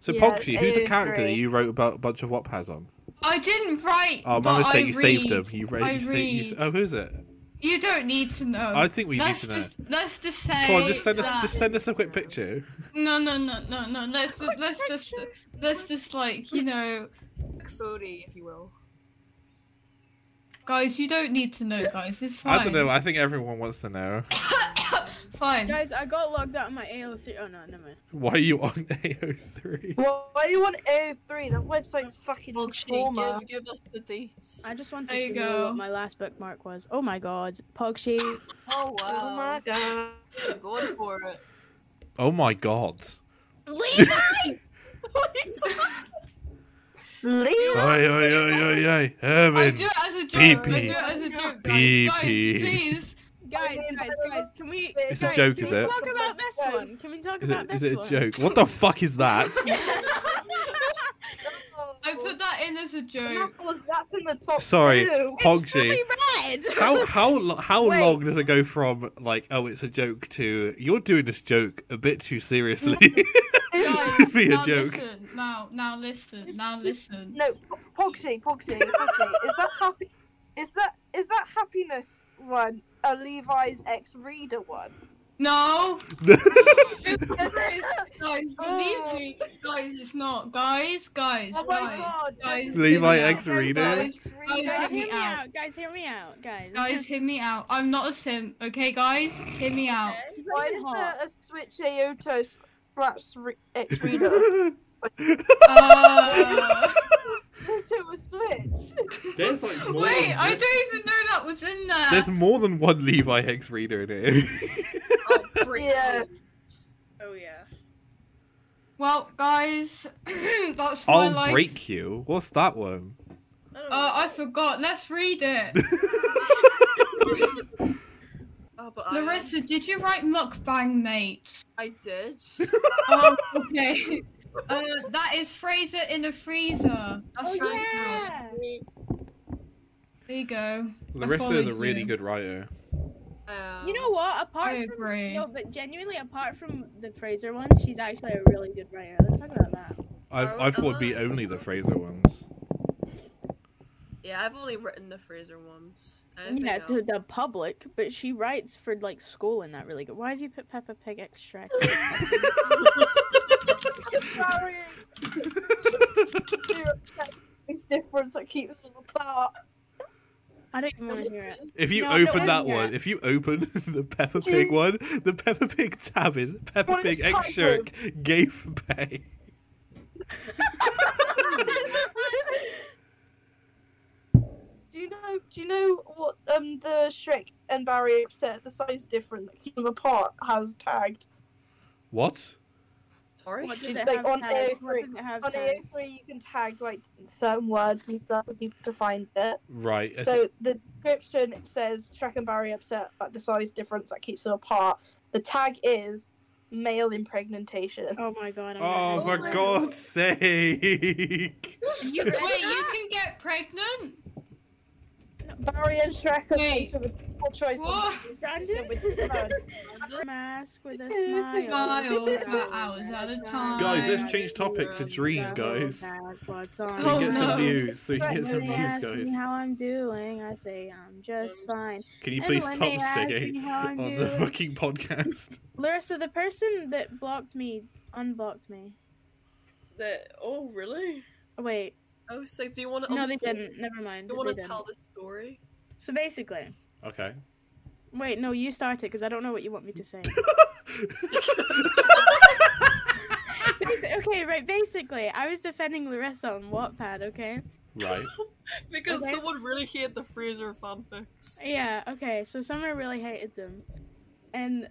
Speaker 2: So,
Speaker 5: Yeah,
Speaker 2: Pogshoot, who's the
Speaker 5: AO3.
Speaker 2: character that you wrote about a bunch of Wattpads on?
Speaker 4: I didn't write.
Speaker 2: Oh,
Speaker 4: but
Speaker 2: my mistake.
Speaker 4: I
Speaker 2: You saved
Speaker 4: read.
Speaker 2: him. You read.
Speaker 4: I
Speaker 2: You sa- you s-
Speaker 4: read.
Speaker 2: oh, who's it?
Speaker 4: You don't need to know.
Speaker 2: I think we need
Speaker 4: let's
Speaker 2: to know.
Speaker 4: just let's just say.
Speaker 2: Come on, just send us
Speaker 4: that-
Speaker 2: just send us a quick picture.
Speaker 4: No, no, no, no, no. Let's just, let's just
Speaker 1: picture.
Speaker 4: let's just like you know,
Speaker 3: Fody, if you will.
Speaker 4: guys. You don't need to know, guys. It's fine.
Speaker 2: I don't know. I think everyone wants to know. [LAUGHS]
Speaker 4: [COUGHS] Fine.
Speaker 1: Guys, I got logged out of my AO3. Oh no, never mind.
Speaker 2: Why are you on [LAUGHS] AO3?
Speaker 5: Why why do you want AO3? That website's fucking trauma.
Speaker 3: Give, give us the dates.
Speaker 1: I just wanted
Speaker 4: There you
Speaker 1: to know
Speaker 4: go.
Speaker 1: what my last bookmark was. Oh my god, Pogsheet.
Speaker 3: Oh wow.
Speaker 5: Oh my god.
Speaker 3: I'm going for it.
Speaker 2: Oh my god.
Speaker 1: Levi!
Speaker 3: What is that?
Speaker 5: Leo.
Speaker 2: Oi, oi, oi, oi, oi.
Speaker 4: I
Speaker 2: Evan.
Speaker 4: do it as a joke. I
Speaker 2: pee-pee.
Speaker 4: do it as a joke,
Speaker 2: Pee-pee.
Speaker 4: guys. Guys, please.
Speaker 1: Guys,
Speaker 5: Okay,
Speaker 1: guys,
Speaker 5: but-
Speaker 1: guys, can we
Speaker 5: It's
Speaker 2: a
Speaker 1: guys,
Speaker 2: joke,
Speaker 1: can
Speaker 2: is
Speaker 1: we
Speaker 2: it?
Speaker 1: talk about this one? Can we talk
Speaker 2: Is
Speaker 1: about
Speaker 2: it,
Speaker 1: this
Speaker 2: is it
Speaker 1: one?
Speaker 2: a joke? What the fuck is
Speaker 4: [LAUGHS]
Speaker 2: that?
Speaker 4: I put that in as a
Speaker 5: [LAUGHS]
Speaker 4: joke.
Speaker 5: Knuckles, that's in the top.
Speaker 2: Sorry.
Speaker 5: two.
Speaker 2: Hogsy.
Speaker 1: It's fully red.
Speaker 2: [LAUGHS] How how lo- how
Speaker 5: Wait.
Speaker 2: long does it go from like oh it's a joke to you're doing this joke a bit too
Speaker 4: [LAUGHS]
Speaker 2: seriously? [LAUGHS]
Speaker 4: Guys,
Speaker 2: Be a
Speaker 4: now
Speaker 2: joke. [LAUGHS]
Speaker 4: listen. Now, now listen. Now listen.
Speaker 5: No, Pogsy, Pogsy, Pogsy. is that happy? Is that is that happiness one a Levi's ex reader one?
Speaker 4: No.
Speaker 2: Wait,
Speaker 4: Guys, guys, believe me. Guys, it's not. Guys, guys,
Speaker 5: Oh my
Speaker 4: guys.
Speaker 5: god!
Speaker 4: Guys,
Speaker 2: Levi
Speaker 4: hear me
Speaker 2: Ex
Speaker 4: out.
Speaker 2: Reader?
Speaker 4: Guys,
Speaker 1: Guys,
Speaker 2: [LAUGHS]
Speaker 4: Guys,
Speaker 1: hear me
Speaker 4: hear me
Speaker 1: out. Guys, hear me out. Guys.
Speaker 4: guys, hear me out. I'm not a sim, okay, guys? Hear me out.
Speaker 5: Why is there a Switch Aoto Scratch re- ex [LAUGHS] reader
Speaker 2: [LAUGHS]
Speaker 4: Uh,
Speaker 5: to a Switch?
Speaker 2: there's like
Speaker 4: wait, I don't even know that was in
Speaker 2: [LAUGHS]
Speaker 4: there.
Speaker 2: There's more than one Levi Hex reader in it.
Speaker 3: [LAUGHS] Oh, great.
Speaker 5: Yeah.
Speaker 3: Oh, yeah.
Speaker 4: Well, guys, [CLEARS THROAT] that's
Speaker 2: [LAUGHS]
Speaker 4: my
Speaker 2: I'll
Speaker 4: life.
Speaker 2: break you. What's that [LAUGHS] one?
Speaker 3: I don't know.
Speaker 4: Uh, I forgot. Let's read it.
Speaker 3: oh, but I,
Speaker 4: Larissa, did you write mukbang mates?
Speaker 3: I did. [LAUGHS]
Speaker 4: Oh, okay. [LAUGHS] Uh, that is Fraser in the freezer. That's
Speaker 1: Oh
Speaker 4: right.
Speaker 1: yeah.
Speaker 4: There you go.
Speaker 2: Larissa is a
Speaker 4: followed
Speaker 2: really
Speaker 4: you.
Speaker 2: good writer.
Speaker 3: Um,
Speaker 1: You know what? Apart
Speaker 4: I
Speaker 1: from
Speaker 4: agree.
Speaker 1: no, but genuinely, apart from the Fraser ones, she's actually a really good writer. Let's talk about that.
Speaker 2: I've,
Speaker 3: Oh,
Speaker 2: I thought it'd be
Speaker 3: oh.
Speaker 2: only the Fraser ones.
Speaker 3: Yeah, I've only written the Fraser ones. Anything
Speaker 1: Yeah, to
Speaker 3: else?
Speaker 1: the public, but she writes for like school and that really good. Why have you put Peppa Pig extract?
Speaker 5: Sorry, you're upset. It's different. That keeps them apart.
Speaker 1: I don't even want to hear it.
Speaker 2: [LAUGHS]
Speaker 1: [LAUGHS]
Speaker 2: If you
Speaker 1: No, no,
Speaker 2: open
Speaker 1: I'm
Speaker 2: that
Speaker 1: here.
Speaker 2: one, if you open [LAUGHS] the Peppa
Speaker 5: Do-
Speaker 2: Pig one, the Peppa Pig tab is Peppa
Speaker 5: What is
Speaker 2: Pig X
Speaker 5: titled?
Speaker 2: shirk gay for pay.
Speaker 5: Do you know? Do you know what um the Shrek and Barry upset the size different that keep them apart has tagged
Speaker 2: What?
Speaker 3: Sorry?
Speaker 1: What does
Speaker 5: She's
Speaker 1: it
Speaker 5: like
Speaker 1: have
Speaker 5: on
Speaker 1: tagged?
Speaker 5: air
Speaker 1: What does it have
Speaker 5: on
Speaker 1: tagged?
Speaker 5: AO3 you can tag like certain words and stuff for people to find it.
Speaker 2: Right. I
Speaker 5: So the description says Shrek and Barry upset like the size difference that keeps them apart. The tag is male impregnation.
Speaker 1: Oh my god. I'm
Speaker 2: Oh,
Speaker 1: gonna-
Speaker 2: for
Speaker 3: my
Speaker 2: God's sake!
Speaker 1: You read
Speaker 4: Wait, you
Speaker 1: that?
Speaker 4: can get pregnant?
Speaker 5: Barry and Shrek are
Speaker 4: Wait.
Speaker 5: faced with a multiple choice.
Speaker 4: What?
Speaker 1: Brandon?
Speaker 5: with his
Speaker 1: [LAUGHS]
Speaker 5: phone.
Speaker 1: Mask with a smile.
Speaker 4: Smile for hours at a time.
Speaker 2: guys, let's change topic to dream,
Speaker 1: Hello,
Speaker 2: guys. So
Speaker 1: bad what's on.
Speaker 2: we can get
Speaker 4: Oh, no.
Speaker 2: some views. So we can
Speaker 5: Right,
Speaker 2: get some
Speaker 1: When they
Speaker 2: views,
Speaker 1: ask me how
Speaker 2: guys.
Speaker 1: I'm doing, I say I'm just fine.
Speaker 2: Can you
Speaker 1: And
Speaker 2: please
Speaker 1: when
Speaker 2: stop
Speaker 1: they ask
Speaker 2: singing
Speaker 1: me how I'm
Speaker 2: on the
Speaker 1: doing-
Speaker 2: fucking podcast?
Speaker 1: Larissa, the person that blocked me unblocked me.
Speaker 3: The, oh, really?
Speaker 1: Oh, wait,
Speaker 3: I was like, do you want to.
Speaker 1: no, they didn't. Never mind.
Speaker 3: Do
Speaker 1: they
Speaker 3: you want to
Speaker 1: didn't.
Speaker 3: tell the story?
Speaker 1: So basically,
Speaker 2: Okay.
Speaker 1: wait, no, you start it because I don't know what you want me to
Speaker 2: [LAUGHS]
Speaker 1: say. Basi- okay, right. Basically, I was defending Larissa on Wattpad. Okay.
Speaker 2: Right.
Speaker 3: [LAUGHS] Because
Speaker 1: Okay.
Speaker 3: someone really hated the Fraser fanfics.
Speaker 1: Yeah, okay. So Summer really hated them. And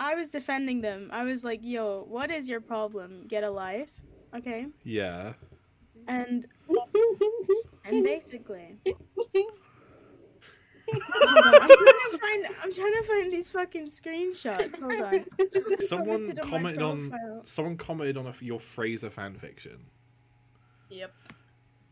Speaker 1: I was defending them. I was like, yo, what is your problem? Get a life. Okay?
Speaker 2: Yeah.
Speaker 1: And
Speaker 5: [LAUGHS]
Speaker 1: and basically Hold on, I'm trying to find I'm trying to find these fucking screenshots. Hold
Speaker 5: [LAUGHS]
Speaker 1: on.
Speaker 2: Someone commented on.
Speaker 1: profile.
Speaker 2: Someone commented on a, your Fraser fanfiction.
Speaker 3: Yep.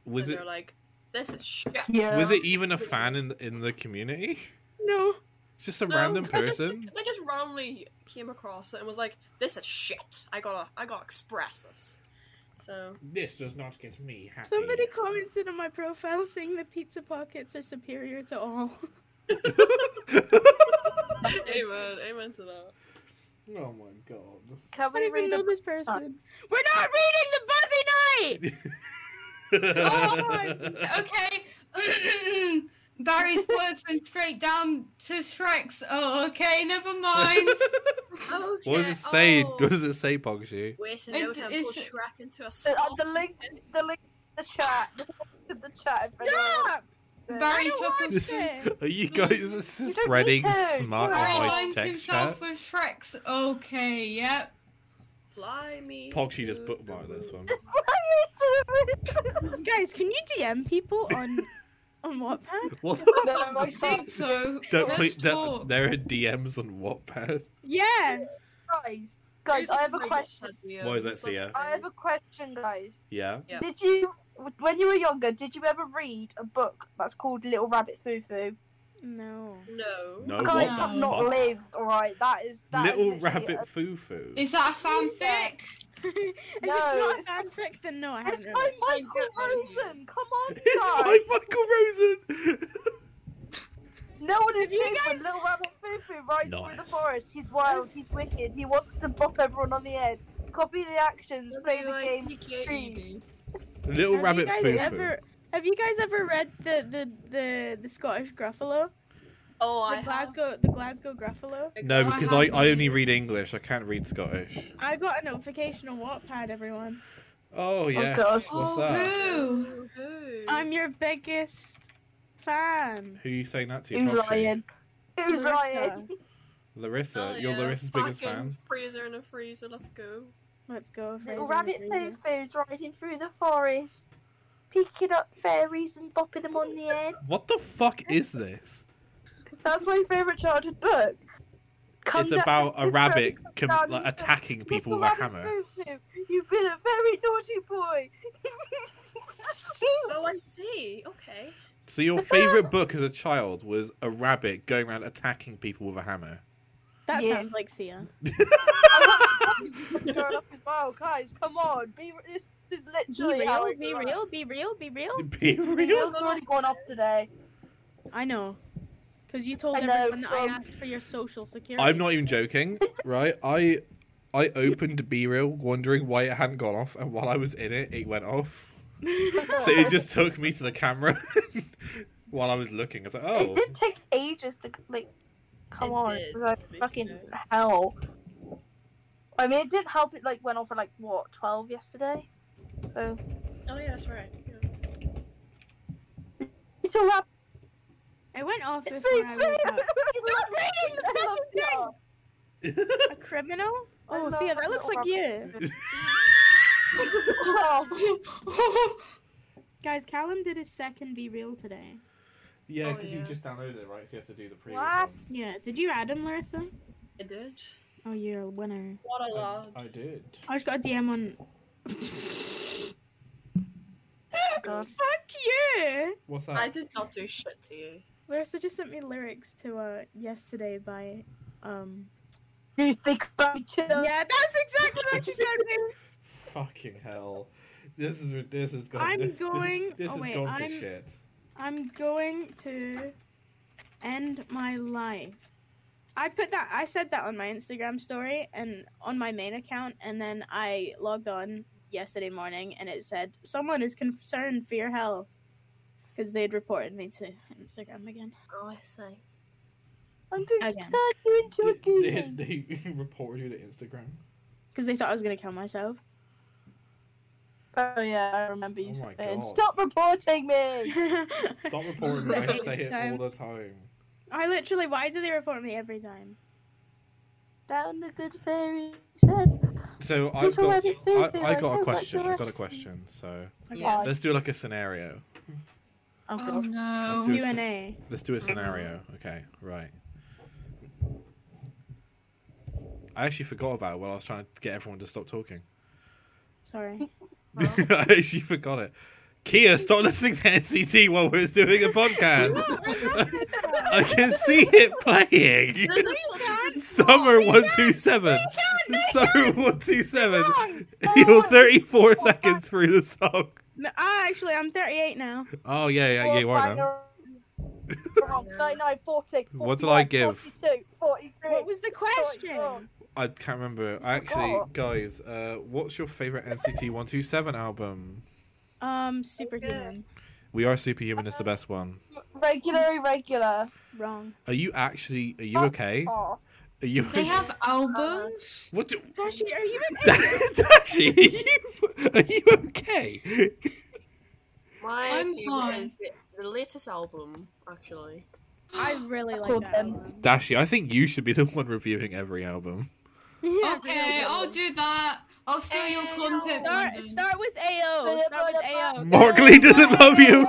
Speaker 2: Was
Speaker 3: and
Speaker 2: it?
Speaker 3: they're "Oh, like, this is shit.
Speaker 5: Yeah.
Speaker 2: Was it even [LAUGHS] a fan in in the community?
Speaker 1: No.
Speaker 2: Just a
Speaker 3: No,
Speaker 2: random
Speaker 3: I just-
Speaker 2: person?
Speaker 3: they just randomly came across it and was like, "This is shit. I gotta, I gotta express this." So
Speaker 2: This does not get me happy. [LAUGHS]
Speaker 1: Somebody commented on my profile saying the pizza pockets are superior to all.
Speaker 3: [LAUGHS]
Speaker 1: [LAUGHS]
Speaker 3: amen, amen to that.
Speaker 2: Oh my god.
Speaker 5: Can
Speaker 1: I don't
Speaker 5: we
Speaker 1: even
Speaker 5: read
Speaker 1: know
Speaker 5: the
Speaker 1: this person. We're not reading the Buzzy Night!
Speaker 2: [LAUGHS]
Speaker 3: Oh
Speaker 4: Oh, Okay. [CLEARS THROAT] Barry's words went straight down to Shrek's. Oh, okay, never mind.
Speaker 2: What does it [LAUGHS] say? What does it say, Pogsy?
Speaker 3: oh, Wait, and
Speaker 4: It-
Speaker 3: they would have
Speaker 4: it's-
Speaker 3: pulled Shrek into a
Speaker 5: the, uh,
Speaker 3: swamp.
Speaker 5: the link? The link in the chat. The link in the chat. if anyone wants
Speaker 1: Stop!
Speaker 5: it.
Speaker 1: [LAUGHS] I
Speaker 4: Barry
Speaker 1: don't
Speaker 2: [LAUGHS]
Speaker 4: took
Speaker 1: want
Speaker 4: a
Speaker 2: This-
Speaker 1: this.
Speaker 2: Are you guys spreading
Speaker 5: care.
Speaker 2: smart
Speaker 5: Alright,
Speaker 4: Barry
Speaker 2: high
Speaker 4: lined
Speaker 2: tech chat?
Speaker 4: himself with Shrek's. Okay, yep.
Speaker 3: Fly me.
Speaker 2: Pogsy just
Speaker 3: to
Speaker 2: bookmarked
Speaker 3: the
Speaker 2: this one.
Speaker 3: moon.
Speaker 5: Why
Speaker 1: Guys, can you DM people on on Wattpad?
Speaker 2: [LAUGHS] What?
Speaker 5: no, I
Speaker 4: I
Speaker 5: can't.
Speaker 4: think so.
Speaker 2: Don't
Speaker 4: Let's
Speaker 2: play,
Speaker 4: talk.
Speaker 2: don't, there are DMs on Wattpad.
Speaker 1: Yes.
Speaker 5: Guys, guys, I have a question.
Speaker 2: Why
Speaker 3: um,
Speaker 2: is that Thea?
Speaker 5: I have a question, guys.
Speaker 2: Yeah.
Speaker 3: Yeah.
Speaker 5: Did you, when you were younger, did you ever read a book that's called Little Rabbit Foo Foo?
Speaker 1: No.
Speaker 3: No.
Speaker 2: No.
Speaker 5: guys
Speaker 4: what the
Speaker 5: have not
Speaker 2: Oh, fuck?
Speaker 5: lived, alright? That is that is
Speaker 2: Little
Speaker 5: literally
Speaker 2: rabbit
Speaker 5: a-
Speaker 2: foo foo.
Speaker 4: Is that a
Speaker 5: Yeah.
Speaker 4: fanfic?
Speaker 1: [LAUGHS] if
Speaker 5: No.
Speaker 1: it's not a fanfic, then no, I haven't
Speaker 5: It's
Speaker 1: read
Speaker 5: by
Speaker 1: it.
Speaker 5: Michael
Speaker 3: I've got
Speaker 5: Rosen. Come on,
Speaker 2: [LAUGHS] It's
Speaker 5: [LAUGHS] guys.
Speaker 2: by Michael Rosen. [LAUGHS]
Speaker 5: No one is
Speaker 1: Have you
Speaker 5: safe when
Speaker 1: guys-
Speaker 5: Little Rabbit Foo Foo rides through
Speaker 2: Nice.
Speaker 5: the forest. He's wild. He's wicked. He wants to bop everyone on the head. Copy the actions. Play the game.
Speaker 3: W-I-C-K-E-D.
Speaker 2: Little
Speaker 1: Have you
Speaker 2: rabbit
Speaker 1: guys
Speaker 2: foo foo.
Speaker 1: ever- Have you guys ever read the the the, the Scottish Gruffalo?
Speaker 3: Oh, I
Speaker 1: The
Speaker 3: have.
Speaker 1: Glasgow the Glasgow Gruffalo?
Speaker 2: No,
Speaker 4: I
Speaker 2: because I,
Speaker 4: haven't.
Speaker 2: I only read English. I can't read Scottish.
Speaker 1: I got a notification on Wattpad, everyone.
Speaker 2: Oh yeah.
Speaker 5: God.
Speaker 2: What's
Speaker 4: oh,
Speaker 2: that?
Speaker 4: who?
Speaker 3: Ooh.
Speaker 1: I'm your biggest fan.
Speaker 2: Who are you saying that to?
Speaker 5: Who's
Speaker 2: Proxy?
Speaker 5: lying? Who's
Speaker 1: Larissa.
Speaker 5: lying?
Speaker 2: Larissa.
Speaker 3: Oh,
Speaker 2: You're
Speaker 3: yeah,
Speaker 2: Larissa's biggest
Speaker 3: fucking
Speaker 2: fan.
Speaker 3: Freezer in a freezer. Let's go.
Speaker 1: Let's go.
Speaker 5: Little
Speaker 1: Fraser,
Speaker 5: Rabbit Foo
Speaker 1: Fraser.
Speaker 5: Foo's riding through the forest, picking up fairies and bopping them on the head.
Speaker 2: What the fuck is this?
Speaker 5: That's my favourite childhood book. Come
Speaker 2: It's
Speaker 5: down-
Speaker 2: about a
Speaker 5: it's
Speaker 2: rabbit
Speaker 5: about-
Speaker 2: com-
Speaker 5: down
Speaker 2: like,
Speaker 5: and say,
Speaker 2: attacking people
Speaker 5: "Little
Speaker 2: with a
Speaker 5: Rabbit
Speaker 2: hammer.
Speaker 5: Foo Foo, You've been a very naughty boy.
Speaker 1: [LAUGHS]
Speaker 3: Oh, I see. Okay.
Speaker 2: So your favorite book as a child was a rabbit going around attacking people with a hammer.
Speaker 1: That
Speaker 5: Yeah.
Speaker 1: sounds like Thea.
Speaker 5: growing up as well, guys. Come on, be re- this. This is literally
Speaker 1: be
Speaker 5: how
Speaker 1: real,
Speaker 5: it
Speaker 1: be
Speaker 5: grew up.
Speaker 1: real, be real, be real.
Speaker 2: [LAUGHS] Be real.
Speaker 5: It's already gone off today.
Speaker 1: I know. Because you told
Speaker 5: I know,
Speaker 1: everyone that I
Speaker 5: so-
Speaker 1: asked for your social security. [LAUGHS]
Speaker 2: I'm not even joking, right? I I opened Be Real wondering why it hadn't gone off, and while I was in it, it went off. So it just took me to the camera [LAUGHS] while I was looking. I was like,
Speaker 5: It
Speaker 2: oh,
Speaker 5: did take ages to like. Come
Speaker 3: It
Speaker 5: on,
Speaker 3: did,
Speaker 5: like,
Speaker 3: but, you
Speaker 5: fucking
Speaker 3: know.
Speaker 5: hell. I mean, it didn't help. It like went on for like what twelve yesterday. So
Speaker 3: Oh yeah, that's right. Yeah.
Speaker 5: it's a wrap.
Speaker 1: I went off
Speaker 5: [LAUGHS] It's
Speaker 1: this when I was about
Speaker 3: [LAUGHS]
Speaker 5: a
Speaker 1: a criminal.
Speaker 5: I
Speaker 1: Oh,
Speaker 5: love
Speaker 1: Thea,
Speaker 5: my
Speaker 1: that looks like
Speaker 5: little
Speaker 1: you.
Speaker 2: [LAUGHS]
Speaker 1: Guys, Callum did his second Be Real today.
Speaker 2: yeah,
Speaker 3: Oh,
Speaker 2: because you
Speaker 3: yeah.
Speaker 2: just downloaded it, right? So you have to do the previous one.
Speaker 5: What?
Speaker 1: Yeah, did you add him, Larissa?
Speaker 3: I did.
Speaker 1: Oh, you're a winner.
Speaker 3: What a
Speaker 2: I,
Speaker 3: log.
Speaker 2: I did.
Speaker 1: I just got a DM on. [LAUGHS]
Speaker 5: God.
Speaker 1: Fuck you!
Speaker 2: What's that?
Speaker 3: I did not do shit to you.
Speaker 1: Larissa just sent me lyrics to uh yesterday by um.
Speaker 5: [LAUGHS] You think about me too?
Speaker 1: Yeah, that's exactly what she sent me.
Speaker 2: Fucking hell. This is this is gone.
Speaker 1: I'm
Speaker 2: this,
Speaker 1: going-
Speaker 2: This, this
Speaker 1: oh,
Speaker 2: has
Speaker 1: wait,
Speaker 2: gone to
Speaker 1: I'm-
Speaker 2: shit.
Speaker 1: I'm going to end my life. I put that I said that on my Instagram story and on my main account and then I logged on yesterday morning and it said someone is concerned for your health because they'd reported me to Instagram again.
Speaker 3: Oh, I see.
Speaker 5: I'm going to
Speaker 1: Again.
Speaker 5: turn you into a
Speaker 2: Did, did
Speaker 5: goon.
Speaker 2: they [LAUGHS] report you to Instagram?
Speaker 1: Because they thought I was going to kill myself. [LAUGHS]
Speaker 5: Oh yeah, I remember you
Speaker 2: Oh my
Speaker 5: saying,
Speaker 2: God.
Speaker 5: "Stop reporting me."
Speaker 1: [LAUGHS]
Speaker 2: Stop reporting me. I say it
Speaker 1: Time.
Speaker 2: all the time.
Speaker 1: I literally, why do they report me every time?
Speaker 5: Down the good fairy shed.
Speaker 2: So I've
Speaker 5: Little
Speaker 2: got,
Speaker 5: rabbit foo
Speaker 2: I,
Speaker 5: foo,
Speaker 2: I
Speaker 5: I
Speaker 2: got
Speaker 5: don't
Speaker 2: a
Speaker 5: like
Speaker 2: question. I got a
Speaker 5: directions.
Speaker 2: question. So
Speaker 3: Yeah.
Speaker 2: let's do like a scenario.
Speaker 5: Oh
Speaker 4: Oh
Speaker 5: god.
Speaker 2: Let's do
Speaker 4: no.
Speaker 2: it.
Speaker 1: UNA.
Speaker 2: Let's do a scenario. Okay, right. I actually forgot about it while I was trying to get everyone to stop talking.
Speaker 1: Sorry. [LAUGHS]
Speaker 2: [LAUGHS] I actually forgot it. Kia, stop listening to NCT while we're doing a podcast. [LAUGHS] I can see it playing.
Speaker 3: This is such a good
Speaker 2: Summer
Speaker 3: song.
Speaker 2: one two seven. Summer one two seven.
Speaker 1: Wrong.
Speaker 2: [LAUGHS] You're thirty four seconds through the song.
Speaker 1: No, I ah, actually, I'm 38 now.
Speaker 2: Oh yeah, yeah, yeah. You are now. What did I give?
Speaker 5: 42, 43.
Speaker 1: What was the question?
Speaker 2: I can't remember. I actually, guys, uh, what's your favorite NCT one two seven album?
Speaker 1: Um, superhuman.
Speaker 2: We are superhuman. Is the best one.
Speaker 5: Regular, irregular.
Speaker 1: Wrong.
Speaker 2: Are you actually? Are you okay?
Speaker 5: Oh.
Speaker 2: Are you? [LAUGHS]
Speaker 4: They have albums.
Speaker 2: What? Do,
Speaker 1: Tashi, are you
Speaker 2: [LAUGHS]
Speaker 1: in
Speaker 2: Dashi, are you? Are you okay?
Speaker 3: My
Speaker 4: I'm
Speaker 3: favorite
Speaker 4: fine.
Speaker 3: is the, the latest album, actually.
Speaker 1: I really like
Speaker 5: Called
Speaker 1: that.
Speaker 5: them.
Speaker 1: album.
Speaker 2: Dashi, I think you should be the one reviewing every album.
Speaker 1: [LAUGHS] Yeah,
Speaker 4: okay,
Speaker 1: really.
Speaker 4: I'll do that. I'll steal your content.
Speaker 1: Start,
Speaker 4: Brandon.
Speaker 1: start with AO. Start with AO.
Speaker 2: Mark Lee doesn't love
Speaker 4: [LAUGHS]
Speaker 2: you.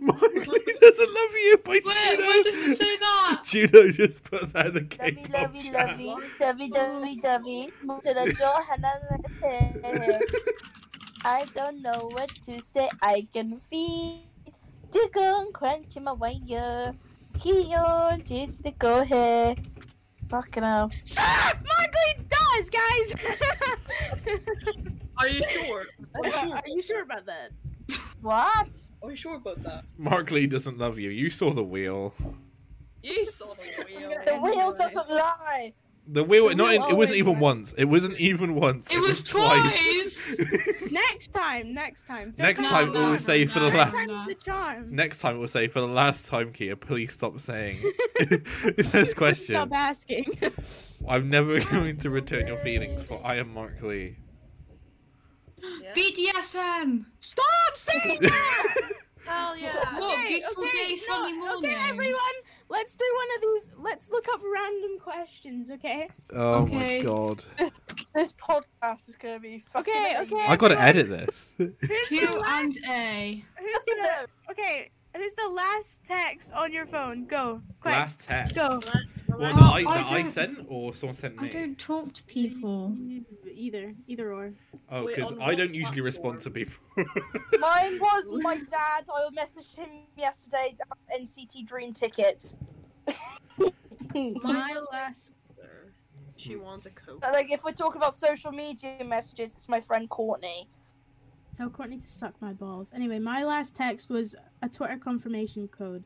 Speaker 2: Mark Lee doesn't love you by
Speaker 4: Where, where does
Speaker 2: Juno.
Speaker 4: it say that?
Speaker 2: Juno just put that in the
Speaker 6: Lovey,
Speaker 2: K-pop
Speaker 6: lovey,
Speaker 2: chat.
Speaker 6: lovey, lovey, lovey, lovey. To the Johanna I don't know what to say. I can feel tickle crunch in my wire. Kion, just to go here. Fucking hell.
Speaker 1: Stop! Markley does, [LAUGHS] guys.
Speaker 3: Are you sure?
Speaker 1: Are you sure about that?
Speaker 6: What?
Speaker 3: Are you sure about that?
Speaker 2: Mark Lee doesn't love you. You saw the wheel.
Speaker 3: You saw the wheel.
Speaker 6: The wheel doesn't lie.
Speaker 2: The wheel.
Speaker 1: The
Speaker 2: not.
Speaker 1: wheel
Speaker 2: in- it wasn't
Speaker 1: always
Speaker 2: even
Speaker 1: wins.
Speaker 2: once. It wasn't even once.
Speaker 4: It was twice.
Speaker 1: Next time, next time. Third
Speaker 2: Next
Speaker 1: time's
Speaker 2: time
Speaker 1: the
Speaker 2: we will
Speaker 1: charm.
Speaker 2: say for the
Speaker 1: Third
Speaker 2: la-
Speaker 1: time's the charm.
Speaker 2: [LAUGHS] Next time we'll say for the last time, Kia. Please stop saying [LAUGHS]
Speaker 4: [LAUGHS]
Speaker 2: this question.
Speaker 1: Stop [LAUGHS] asking.
Speaker 2: I'm never [LAUGHS] going to return your feelings, for I am Mark Lee. [LAUGHS]
Speaker 4: BDSM.
Speaker 1: Stop saying
Speaker 3: [LAUGHS]
Speaker 2: [LAUGHS]
Speaker 3: Hell yeah.
Speaker 4: What beautiful day, sunny morning.
Speaker 1: Okay, everyone, let's do one of these. Let's look up random questions, okay?
Speaker 2: oh
Speaker 4: Okay.
Speaker 2: my god!
Speaker 5: This podcast is gonna be fucking.
Speaker 1: Okay,
Speaker 5: amazing.
Speaker 1: okay.
Speaker 2: I gotta
Speaker 1: everyone,
Speaker 2: edit [LAUGHS] this.
Speaker 1: Here's the
Speaker 4: Q
Speaker 1: last.
Speaker 4: and A.
Speaker 1: Here's [LAUGHS] the, okay, here's the last text on your phone. Go, quick.
Speaker 2: Last text.
Speaker 1: Go.
Speaker 2: What
Speaker 4: Oh,
Speaker 2: that I,
Speaker 4: I
Speaker 2: that I
Speaker 4: don't-
Speaker 2: sent or someone sent
Speaker 4: I
Speaker 2: me?
Speaker 4: don't talk to people.
Speaker 1: Either, either or.
Speaker 2: Oh,
Speaker 3: Wait,
Speaker 2: because
Speaker 3: on
Speaker 2: I
Speaker 3: what
Speaker 2: don't usually respond to
Speaker 3: platform?
Speaker 2: people. [LAUGHS]
Speaker 6: Mine
Speaker 1: [LAUGHS]
Speaker 6: was my dad. I messaged him yesterday. about NCT Dream tickets.
Speaker 1: My last.
Speaker 3: She wants a coat.
Speaker 6: But, Like if we're talking about social media messages, it's my friend Courtney.
Speaker 1: Tell Courtney to suck my balls. Anyway, my last text was a Twitter confirmation code.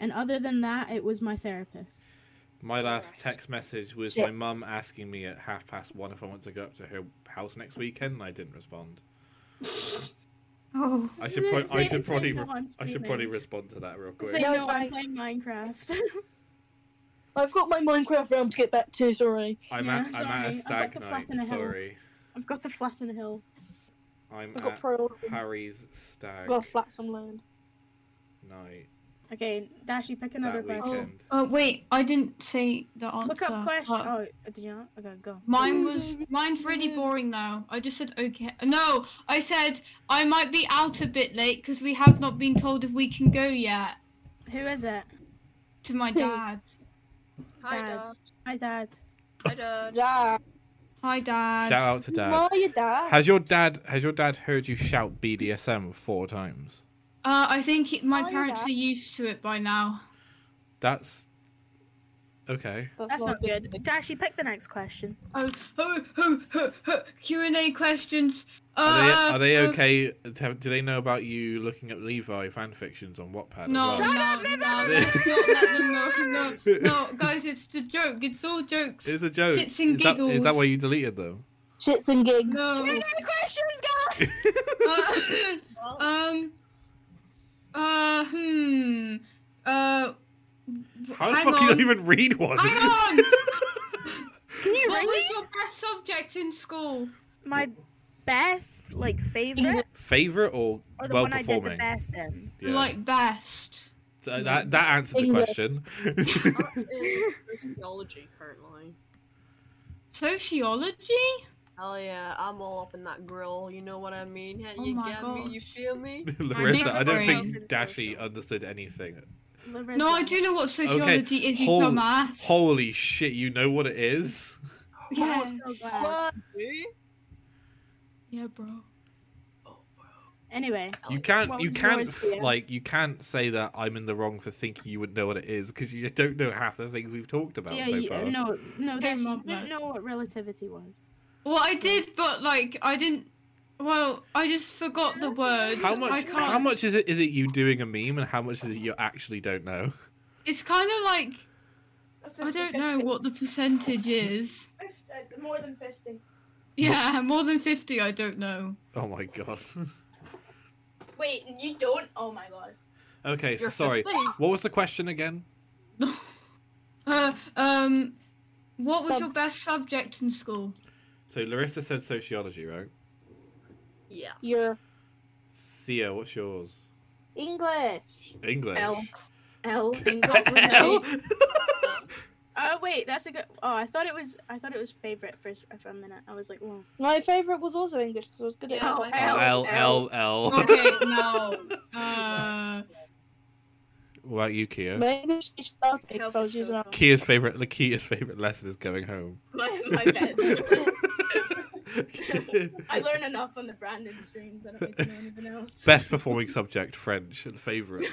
Speaker 1: And other than that, it was my therapist.
Speaker 2: My last
Speaker 3: Alright.
Speaker 2: text message was
Speaker 6: Yeah.
Speaker 2: my mum asking me at half past one if I want to go up to her house next weekend, and I didn't respond.
Speaker 4: Oh.
Speaker 2: I should pro-
Speaker 1: Say-
Speaker 2: I
Speaker 1: say-
Speaker 2: should
Speaker 1: say
Speaker 2: probably
Speaker 1: no,
Speaker 2: re-
Speaker 1: I'm
Speaker 2: I should
Speaker 1: streaming.
Speaker 2: probably respond to that real
Speaker 1: Say
Speaker 2: quick.
Speaker 1: no,
Speaker 5: No,
Speaker 1: I'm
Speaker 5: I-
Speaker 1: playing Minecraft. [LAUGHS]
Speaker 5: I've got my Minecraft realm to get back to. Sorry.
Speaker 2: I'm
Speaker 1: yeah,
Speaker 2: at I'm at a
Speaker 1: sorry, I've got
Speaker 2: stag
Speaker 1: the
Speaker 2: night.
Speaker 1: flat in the hill.
Speaker 2: Sorry,
Speaker 1: I've got to flatten a hill.
Speaker 2: I'm
Speaker 5: I
Speaker 2: at
Speaker 5: got pro.
Speaker 2: Harry's
Speaker 5: I
Speaker 2: stag
Speaker 5: got flats on land.
Speaker 2: night
Speaker 1: Okay, Dashi, pick another
Speaker 2: that
Speaker 1: question.
Speaker 2: weekend.
Speaker 4: Oh wait, I didn't say the answer.
Speaker 1: Look up question.
Speaker 4: but
Speaker 1: Oh, did you not? Okay, go.
Speaker 4: Mine was mine's really boring now. I just said okay. No, I said I might be out a bit late because we have not been told if we can go yet.
Speaker 1: Who is it?
Speaker 4: To
Speaker 1: Hmm.
Speaker 4: my dad.
Speaker 3: Hi,
Speaker 1: Dad.
Speaker 3: Dad.
Speaker 1: My dad.
Speaker 3: Hi, Dad.
Speaker 5: Yeah.
Speaker 4: Hi dad.
Speaker 2: Shout out to dad.
Speaker 5: No, your dad.
Speaker 2: Has your dad has your dad heard you shout BDSM four times?
Speaker 4: Uh, I think it, my
Speaker 5: Hi,
Speaker 4: parents
Speaker 5: Dad.
Speaker 4: are used to it by now.
Speaker 2: That's okay.
Speaker 1: That's not good. Dashi, pick the next question.
Speaker 4: Oh, oh, oh, oh, oh, Q and A questions. Uh,
Speaker 2: Are they, are
Speaker 4: uh,
Speaker 2: they okay? to- Do they know about you looking at Levi fanfictions on Wattpad? as
Speaker 4: No,
Speaker 2: well?
Speaker 1: Shut
Speaker 4: no,
Speaker 1: up,
Speaker 4: no,
Speaker 1: Miss
Speaker 4: no,
Speaker 1: Evans!
Speaker 4: let's not let them know. No, no, guys, it's a joke. It's all jokes.
Speaker 2: It's a joke.
Speaker 4: Shits and
Speaker 2: is, that, is that
Speaker 4: giggles.
Speaker 2: why you deleted them?
Speaker 6: Shits and gigs.
Speaker 4: no.
Speaker 1: Any questions, guys?
Speaker 4: [LAUGHS] Uh, [COUGHS] um. Uh. Hmm. Uh. w-
Speaker 2: How the
Speaker 4: hang
Speaker 2: fuck
Speaker 4: on.
Speaker 2: you don't even read one?
Speaker 4: Hang on.
Speaker 1: Can you
Speaker 4: what
Speaker 1: read?
Speaker 4: was your best subject in school?
Speaker 1: My best, like, favorite,
Speaker 2: [LAUGHS] Favorite or
Speaker 1: or the
Speaker 2: well
Speaker 1: one I did the
Speaker 2: performing?
Speaker 1: best in?
Speaker 2: Yeah.
Speaker 4: Like best.
Speaker 2: Th- that that answered the
Speaker 5: English.
Speaker 4: [LAUGHS]
Speaker 2: question. [LAUGHS]
Speaker 3: That is sociology currently.
Speaker 4: Sociology?
Speaker 3: Hell yeah, I'm all up in that grill. You know what I mean? Yeah,
Speaker 4: Oh
Speaker 3: you
Speaker 4: my
Speaker 3: get me? You
Speaker 4: gosh.
Speaker 2: [LAUGHS]
Speaker 3: feel me?
Speaker 2: Larissa, I don't think
Speaker 1: Sorry.
Speaker 2: Dashi understood anything.
Speaker 4: No, I do know what sociology is, you
Speaker 2: Hol-
Speaker 4: dumbass.
Speaker 2: Holy shit! You know what it
Speaker 4: [LAUGHS]
Speaker 2: is?
Speaker 4: yeah.
Speaker 1: So glad.
Speaker 4: yeah, bro.
Speaker 1: Anyway,
Speaker 2: You can't.
Speaker 1: What
Speaker 2: You
Speaker 1: was
Speaker 2: can't.
Speaker 1: yours,
Speaker 2: f-
Speaker 1: Theo?
Speaker 2: Like you can't say that I'm in the wrong for thinking you would know what it is because you don't know half the things we've talked about
Speaker 1: yeah,
Speaker 2: so
Speaker 1: you,
Speaker 2: far.
Speaker 1: no, no,
Speaker 4: Okay,
Speaker 1: Dashi,
Speaker 4: Mom,
Speaker 1: you didn't
Speaker 4: no.
Speaker 1: know what relativity was.
Speaker 4: Well, I did, but like, I didn't. Well, I just forgot the words.
Speaker 2: How
Speaker 4: I
Speaker 2: much?
Speaker 4: can't.
Speaker 2: How much is it? Is it you doing a meme, and how much is it you actually don't know? [LAUGHS]
Speaker 4: It's kind of like I don't know what the percentage is.
Speaker 1: More than 50.
Speaker 4: Yeah, more than fifty. I don't know.
Speaker 2: Oh my god. [LAUGHS]
Speaker 1: Wait, you don't? Oh my god.
Speaker 2: Okay,
Speaker 3: You're
Speaker 2: sorry.
Speaker 3: 15.
Speaker 2: What was the question again?
Speaker 4: Uh, um, what was
Speaker 5: Sub-
Speaker 4: your best subject in school?
Speaker 2: So Larissa said sociology, right?
Speaker 3: Yes.
Speaker 5: Your
Speaker 2: Theo, what's yours?
Speaker 5: English.
Speaker 2: English.
Speaker 1: L. L.
Speaker 2: L?
Speaker 1: Uh, Oh wait, that's a good. Oh, I thought it was. I thought it was favorite for, s- for a minute. I was like, whoa.
Speaker 5: My favourite was also English because I was good at
Speaker 3: Yeah,
Speaker 5: it.
Speaker 3: my
Speaker 1: L,
Speaker 2: [LAUGHS] L L
Speaker 3: L.
Speaker 2: L.
Speaker 4: Okay, no. Uh,
Speaker 2: What about you, Kia?
Speaker 5: My English teacher loved me because I was
Speaker 3: Helping
Speaker 5: using
Speaker 3: so
Speaker 5: up.
Speaker 3: much.
Speaker 2: Kia's favorite, Lakia's favorite lesson is going home.
Speaker 1: [LAUGHS]
Speaker 3: my, my bed.
Speaker 1: I learn enough on the Brandon streams. I don't need to know anything
Speaker 2: [LAUGHS]
Speaker 1: else.
Speaker 2: [LAUGHS] Best performing subject, French. Favorite,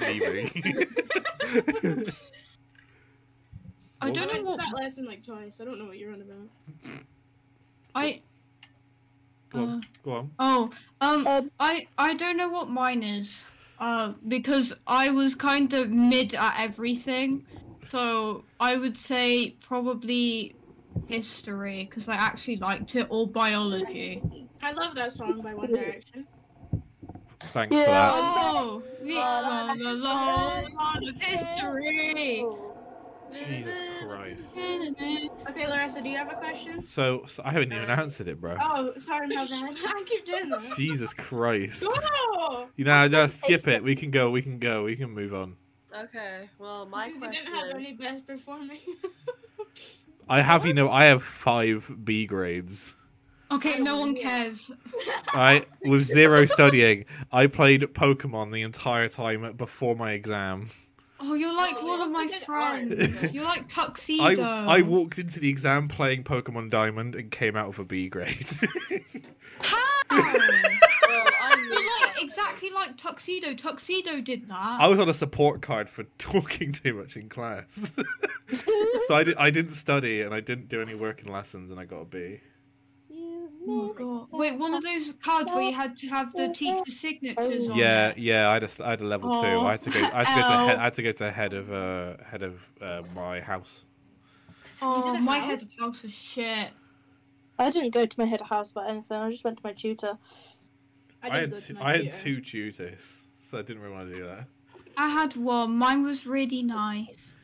Speaker 1: [LAUGHS]
Speaker 2: [LAUGHS] leaving.
Speaker 4: I
Speaker 1: I
Speaker 4: don't know
Speaker 1: went to
Speaker 4: what
Speaker 1: that lesson like twice. I don't know what you're on about.
Speaker 4: I.
Speaker 2: Go on. Go on.
Speaker 4: Oh, um,
Speaker 5: Um,
Speaker 4: I I don't know what mine is, uh, because I was kind of mid at everything, so I would say probably history because I actually liked it or biology.
Speaker 1: I love that song by One Direction.
Speaker 2: Thanks
Speaker 5: Yeah.
Speaker 2: for that.
Speaker 4: Oh, we are the Lord of history.
Speaker 2: Jesus Christ.
Speaker 1: Okay, Larissa, do you have a question?
Speaker 2: So, so I haven't even answered it, bro.
Speaker 1: Oh, sorry, my bad. [LAUGHS] I keep doing that.
Speaker 2: Jesus Christ.
Speaker 1: Go!
Speaker 2: You know, no, skip it. We can go. We can go. We can move on.
Speaker 3: Okay, well, my
Speaker 1: Because you
Speaker 3: question
Speaker 1: didn't have [LAUGHS]
Speaker 3: is.
Speaker 1: any best performing.
Speaker 2: I have, you know, I have five B grades.
Speaker 4: Okay, no one cares.
Speaker 2: Right, with zero studying. I played Pokemon the entire time before my exam.
Speaker 4: Oh, you're like
Speaker 3: Oh,
Speaker 4: one of my
Speaker 3: look at art.
Speaker 4: friends. You're like tuxedo.
Speaker 2: I I walked into the exam playing Pokemon Diamond and came out with a B grade.
Speaker 4: How?
Speaker 3: Well, I knew
Speaker 4: You're
Speaker 3: that.
Speaker 4: like exactly like Tuxedo. Tuxedo did that.
Speaker 2: I was on a support card for talking too much in class. so I, did, I didn't study and I didn't do any work in lessons and I got a B.
Speaker 4: Oh my God. Wait, one of those cards where you had to have the teacher's signatures on.
Speaker 2: Yeah,
Speaker 4: it.
Speaker 2: yeah, I had a st- I had a level two.
Speaker 4: Aw.
Speaker 2: I had to go. I had to go to,
Speaker 4: Ow.
Speaker 2: he- I had to go to head of uh, head of uh, my house.
Speaker 4: Oh,
Speaker 1: did a
Speaker 4: my
Speaker 1: house?
Speaker 4: head house is shit.
Speaker 5: I didn't go to my head of house about anything. I just went to my tutor.
Speaker 2: I,
Speaker 1: did
Speaker 2: had
Speaker 1: go to
Speaker 2: two,
Speaker 1: my
Speaker 2: I had
Speaker 1: theater.
Speaker 2: two tutors, so I didn't really want to do that.
Speaker 4: I had one. Mine was really nice.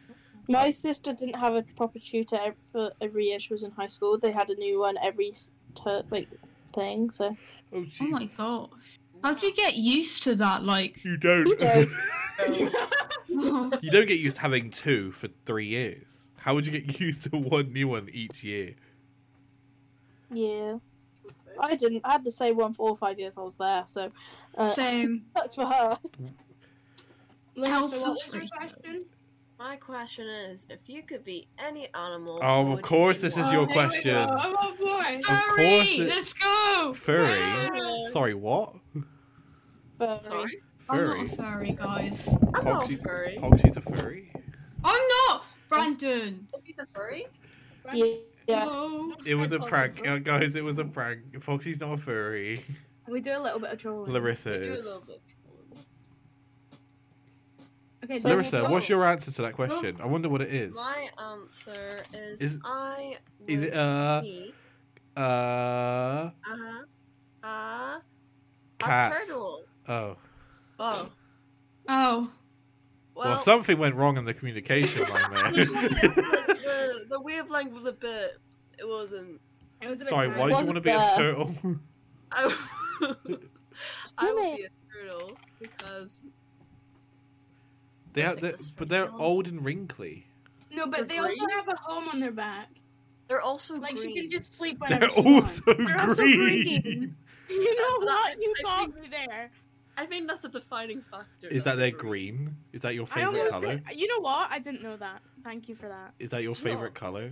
Speaker 5: My sister didn't have a proper tutor ev- for every year she was in high school. They had a new one every s- ter- like thing. So
Speaker 2: Oh,
Speaker 4: Oh
Speaker 2: jeez.
Speaker 4: my gosh. How'd you get used to that? Like,
Speaker 2: you don't.
Speaker 5: You don't.
Speaker 4: oh,
Speaker 2: You don't get used to having two for three years. How would you get [LAUGHS] used to one new one each year?
Speaker 5: yeah, I didn't. I had the same one for all five years I was there. So uh,
Speaker 4: same.
Speaker 5: that's for her. [LAUGHS]
Speaker 1: Larissa,
Speaker 4: Help
Speaker 1: what
Speaker 4: us
Speaker 1: was your
Speaker 4: right now.
Speaker 1: question?
Speaker 3: My question is if you could be any animal.
Speaker 2: Oh,
Speaker 3: what
Speaker 2: of
Speaker 3: would you
Speaker 2: course
Speaker 3: be?
Speaker 2: this is
Speaker 1: Oh,
Speaker 2: your
Speaker 1: here we
Speaker 2: question.
Speaker 1: go. I'm on board.
Speaker 4: Furry!
Speaker 2: course it-
Speaker 4: Let's go!
Speaker 2: Furry.
Speaker 1: Yeah.
Speaker 2: Sorry, what?
Speaker 5: But
Speaker 3: Sorry?
Speaker 4: I'm
Speaker 2: Furry.
Speaker 4: not a furry, guys.
Speaker 3: I'm not
Speaker 2: Poxy-
Speaker 3: furry.
Speaker 2: Poxy's a furry.
Speaker 4: I'm not! Brandon!
Speaker 3: He's a furry?
Speaker 5: [LAUGHS] yeah, yeah.
Speaker 4: No.
Speaker 2: It was a
Speaker 1: Poxy,
Speaker 2: prank,
Speaker 1: bro.
Speaker 2: Uh, guys. It was a prank. Foxy's not a furry.
Speaker 1: We do a little bit of trolling.
Speaker 2: Larissa
Speaker 3: I do a
Speaker 2: is.
Speaker 3: little bit.
Speaker 1: Okay,
Speaker 5: So-
Speaker 2: Larissa, what's your answer to that
Speaker 4: Well-
Speaker 2: question? I wonder what it is.
Speaker 3: My answer is,
Speaker 2: Is-
Speaker 3: I.
Speaker 2: Is
Speaker 3: would
Speaker 2: it uh
Speaker 3: be,
Speaker 2: uh
Speaker 3: uh-huh, uh, a
Speaker 2: Cats.
Speaker 3: turtle?
Speaker 2: oh?
Speaker 3: Oh.
Speaker 4: Oh.
Speaker 2: Well,
Speaker 3: Well,
Speaker 2: something went wrong in the communication
Speaker 3: [LAUGHS]
Speaker 2: line
Speaker 3: the,
Speaker 2: [LAUGHS] there.
Speaker 3: the, the wavelength was a bit. It wasn't.
Speaker 1: it was a bit
Speaker 2: Sorry, why
Speaker 1: dark.
Speaker 2: do you want
Speaker 5: Wasn't
Speaker 2: to be a
Speaker 5: there.
Speaker 2: turtle?
Speaker 3: I, [LAUGHS] I would
Speaker 5: Swimming.
Speaker 3: be a turtle because
Speaker 2: [LAUGHS] they
Speaker 3: I
Speaker 2: are,
Speaker 3: think
Speaker 2: they're,
Speaker 3: that's
Speaker 2: but
Speaker 3: for
Speaker 2: they're
Speaker 3: turtles.
Speaker 2: old and wrinkly.
Speaker 1: No, but they
Speaker 3: They're
Speaker 1: also
Speaker 3: green?
Speaker 1: have a home on their back.
Speaker 3: they're also
Speaker 1: Like
Speaker 3: green.
Speaker 1: she can just
Speaker 2: [LAUGHS]
Speaker 1: sleep
Speaker 2: They're
Speaker 1: whenever she wants.
Speaker 2: also green.
Speaker 1: They're also green. [LAUGHS] You know
Speaker 3: That's not-
Speaker 1: what? You
Speaker 3: I
Speaker 1: got me there.
Speaker 3: I think that's a defining factor.
Speaker 2: Is
Speaker 3: though,
Speaker 2: that their
Speaker 3: for-
Speaker 2: green? Is that your
Speaker 1: I
Speaker 2: favorite
Speaker 1: almost.
Speaker 2: color?
Speaker 1: did- You know what? I didn't know that. Thank you for that.
Speaker 2: Is that your
Speaker 3: It's not.
Speaker 2: favorite color?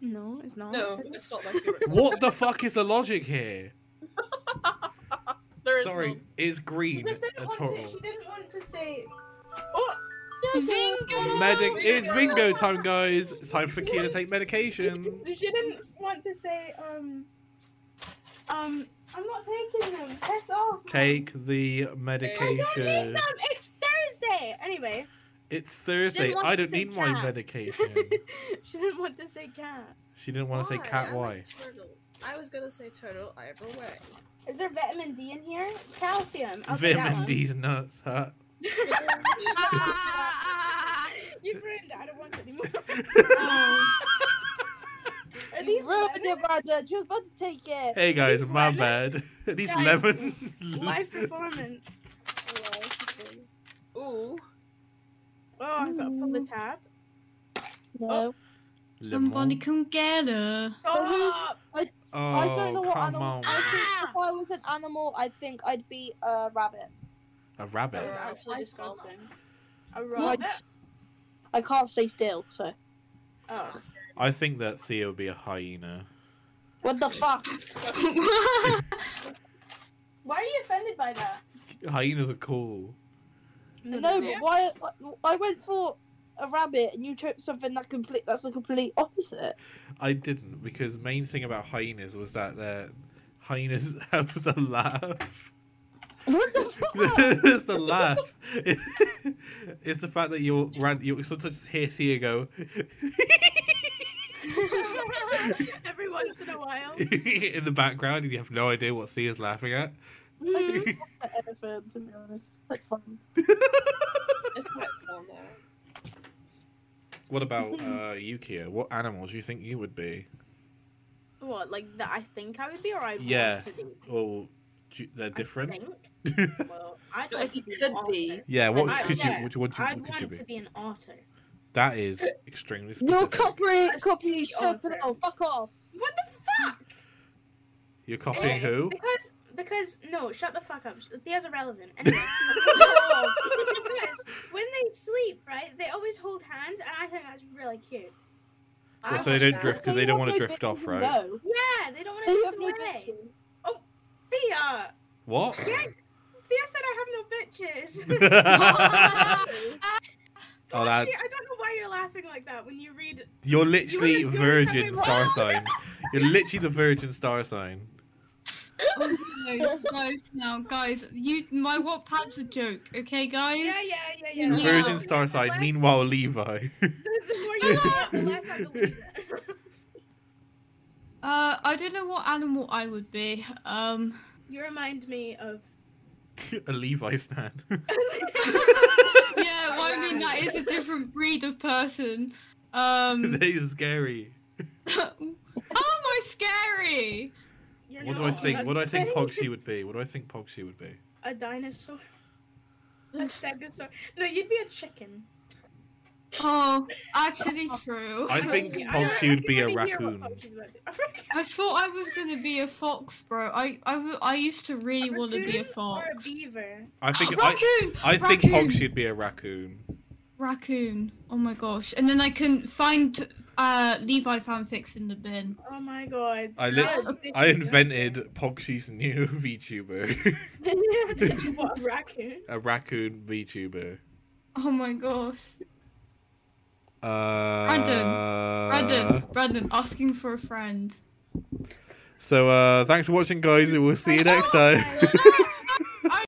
Speaker 1: No, it's not.
Speaker 3: No, it's not my favorite.
Speaker 2: What the fuck is the logic here?
Speaker 3: [LAUGHS] There is
Speaker 2: Sorry,
Speaker 3: no-
Speaker 2: it's
Speaker 1: She
Speaker 2: green.
Speaker 1: just
Speaker 2: A
Speaker 1: didn't want to. [LAUGHS]
Speaker 2: turtle.
Speaker 1: She didn't want to say. Oh,
Speaker 4: Vingo!
Speaker 2: Medic. It's bingo time, guys. It's time for Kia to take medication.
Speaker 1: She didn't want to say, um, um, I'm not taking them. Piss off.
Speaker 2: Take the
Speaker 1: I
Speaker 2: medication.
Speaker 1: don't need them. It's Thursday. Anyway,
Speaker 2: It's Thursday.
Speaker 1: Didn't want
Speaker 2: I
Speaker 1: to
Speaker 2: don't
Speaker 1: say
Speaker 2: need my
Speaker 1: cat.
Speaker 2: medication.
Speaker 1: [LAUGHS] she didn't want to say
Speaker 3: [LAUGHS]
Speaker 1: cat.
Speaker 2: she didn't want to say
Speaker 3: Why?
Speaker 2: cat.
Speaker 3: I
Speaker 2: Why?
Speaker 3: like turtle. I was gonna say turtle either way.
Speaker 1: Is there vitamin D in here? Calcium. I'll take that
Speaker 2: Vim and
Speaker 1: one.
Speaker 2: D's nuts. Huh?
Speaker 1: you ruined it. I don't want it anymore.
Speaker 4: oh.
Speaker 1: Are
Speaker 5: You
Speaker 1: these
Speaker 5: ruined
Speaker 1: lemon?
Speaker 5: it, Brandon. She was about to take it.
Speaker 2: Hey guys,
Speaker 1: These
Speaker 2: my
Speaker 1: lemon-
Speaker 2: bad. [LAUGHS] These
Speaker 1: Guys,
Speaker 2: lemon.
Speaker 1: live
Speaker 2: [LAUGHS]
Speaker 1: performance?
Speaker 3: Ooh.
Speaker 1: Oh, I've got to pull the tab.
Speaker 5: No.
Speaker 4: Somebody come get her.
Speaker 1: Stop!
Speaker 2: Oh,
Speaker 7: I don't know what
Speaker 2: come
Speaker 7: animal.
Speaker 2: on.
Speaker 7: I think if I was an animal, I think I'd be a rabbit.
Speaker 2: A
Speaker 3: That
Speaker 2: rabbit.
Speaker 3: was
Speaker 5: Uh,
Speaker 3: actually
Speaker 5: I-
Speaker 3: disgusting. um,
Speaker 7: A
Speaker 5: rabbit?
Speaker 7: I can't stay still, so.
Speaker 5: Oh.
Speaker 2: I think that Theo would be a hyena.
Speaker 5: What
Speaker 1: [LAUGHS]
Speaker 5: the fuck?
Speaker 7: Why are you offended by that?
Speaker 2: Hyenas are cool.
Speaker 5: No, [LAUGHS] but why? I went for a rabbit, and you took something that complete. That's the complete opposite.
Speaker 2: I didn't because the main thing about hyenas was that their hyenas [LAUGHS] have the laugh. [LAUGHS]
Speaker 5: What the fuck?
Speaker 2: it's the laugh. [LAUGHS] it's the fact that you'll rant. You sometimes hear Theo go, [LAUGHS]
Speaker 1: Every once in a while.
Speaker 2: in the background and you have no idea what Thea's laughing at. [LAUGHS]
Speaker 3: Mm.
Speaker 5: I just want to elephant, to be honest. Like fun.
Speaker 3: It's quite cool now.
Speaker 2: What about uh, Yukio? What animals do you think you would be?
Speaker 1: What, like that I think I would be or I
Speaker 2: Yeah.
Speaker 1: want to be?
Speaker 2: Or do you- they're
Speaker 1: I
Speaker 2: different?
Speaker 1: think.
Speaker 3: [LAUGHS]
Speaker 1: Well, I'd
Speaker 3: No,
Speaker 1: like
Speaker 3: if
Speaker 1: to
Speaker 3: you
Speaker 1: be an
Speaker 3: could
Speaker 1: otter.
Speaker 3: be.
Speaker 2: [LAUGHS] yeah, what
Speaker 1: I-
Speaker 2: could
Speaker 1: yeah,
Speaker 2: you? Which one do you,
Speaker 1: I'd
Speaker 2: what could you
Speaker 1: want
Speaker 2: be?
Speaker 1: to be an otter.
Speaker 2: That is extremely
Speaker 5: No
Speaker 2: specific.
Speaker 5: copy,
Speaker 1: That's
Speaker 5: copy,
Speaker 1: the
Speaker 5: shut
Speaker 1: answer.
Speaker 5: it off. Fuck off.
Speaker 1: What the fuck?
Speaker 2: You're copying who?
Speaker 1: Because because no, shut the fuck up. Sh- Theo's
Speaker 2: [LAUGHS]
Speaker 1: irrelevant. Anyway, because when they sleep, right, they always hold hands, and I think that's really cute.
Speaker 2: Well,
Speaker 1: I
Speaker 2: so they
Speaker 1: like
Speaker 2: don't
Speaker 1: that.
Speaker 2: drift because they don't
Speaker 5: have
Speaker 2: want to
Speaker 5: no
Speaker 2: drift off,
Speaker 5: bitches,
Speaker 2: right?
Speaker 5: No.
Speaker 1: Yeah, they don't want
Speaker 5: They
Speaker 1: to
Speaker 5: have
Speaker 1: drift
Speaker 5: no
Speaker 1: away.
Speaker 5: bitches.
Speaker 1: Thea, [LAUGHS]
Speaker 2: What?
Speaker 1: yeah, Thea said I have no bitches.
Speaker 2: oh, that
Speaker 1: Honestly, I don't know why you're laughing like that when you read.
Speaker 2: [LAUGHS] you're literally
Speaker 1: doing
Speaker 2: Virgin
Speaker 1: something
Speaker 2: star
Speaker 1: wrong.
Speaker 2: sign. You're literally the Virgin star sign.
Speaker 4: guys, [LAUGHS] guys, now, guys, you, my Wattpad's a joke, okay, guys?
Speaker 1: Yeah, yeah, yeah, yeah.
Speaker 4: Yeah.
Speaker 2: Virgin
Speaker 1: The
Speaker 2: star sign.
Speaker 1: less-
Speaker 2: Meanwhile, Levi.
Speaker 1: [LAUGHS]
Speaker 2: [LAUGHS]
Speaker 1: the, the more you say it, the less I believe it.
Speaker 4: Uh, I don't know what animal I would be. Um,
Speaker 1: [LAUGHS] you remind me [LAUGHS] of.
Speaker 2: a
Speaker 1: [LAUGHS]
Speaker 2: Levi stand.
Speaker 4: [LAUGHS] yeah, well, [LAUGHS] I mean that is a different breed of person.
Speaker 2: [LAUGHS]
Speaker 4: Um, [LAUGHS]
Speaker 2: that is scary.
Speaker 4: how am I scary?
Speaker 1: You're
Speaker 2: What
Speaker 1: not
Speaker 2: do I
Speaker 1: old,
Speaker 2: think?
Speaker 1: that's
Speaker 2: What do I
Speaker 1: the
Speaker 2: think
Speaker 1: thing.
Speaker 2: Pogsy would be? What do I think Pogsy would be?
Speaker 1: A dinosaur. A stegosaur. No, you'd be a chicken.
Speaker 4: Oh, [LAUGHS] actually true.
Speaker 2: I think
Speaker 1: Yeah,
Speaker 2: Pogsy
Speaker 1: I can
Speaker 2: would be a
Speaker 1: already hear what
Speaker 2: raccoon.
Speaker 1: Pogsy's about to- [LAUGHS] A
Speaker 4: I thought I was gonna be a fox, bro. I I, w- I used to really want to be a
Speaker 1: raccoon
Speaker 4: fox.
Speaker 1: Or a beaver.
Speaker 2: I think I,
Speaker 4: raccoon.
Speaker 2: I think
Speaker 4: raccoon!
Speaker 2: Pogsy would be a raccoon.
Speaker 4: Raccoon. Oh my gosh! And then I can find uh Levi fanfics in the bin.
Speaker 1: Oh my god.
Speaker 2: I li-
Speaker 1: That is
Speaker 2: I
Speaker 1: literally-
Speaker 2: invented Pogsy's new [LAUGHS] VTuber, [LAUGHS]
Speaker 1: what, a [LAUGHS] raccoon?
Speaker 2: a raccoon VTuber.
Speaker 4: Oh my gosh!
Speaker 2: Uh,
Speaker 4: Brandon, Brandon, asking for a friend.
Speaker 2: So uh, thanks for watching, guys. and We'll see you next time.
Speaker 1: Bye.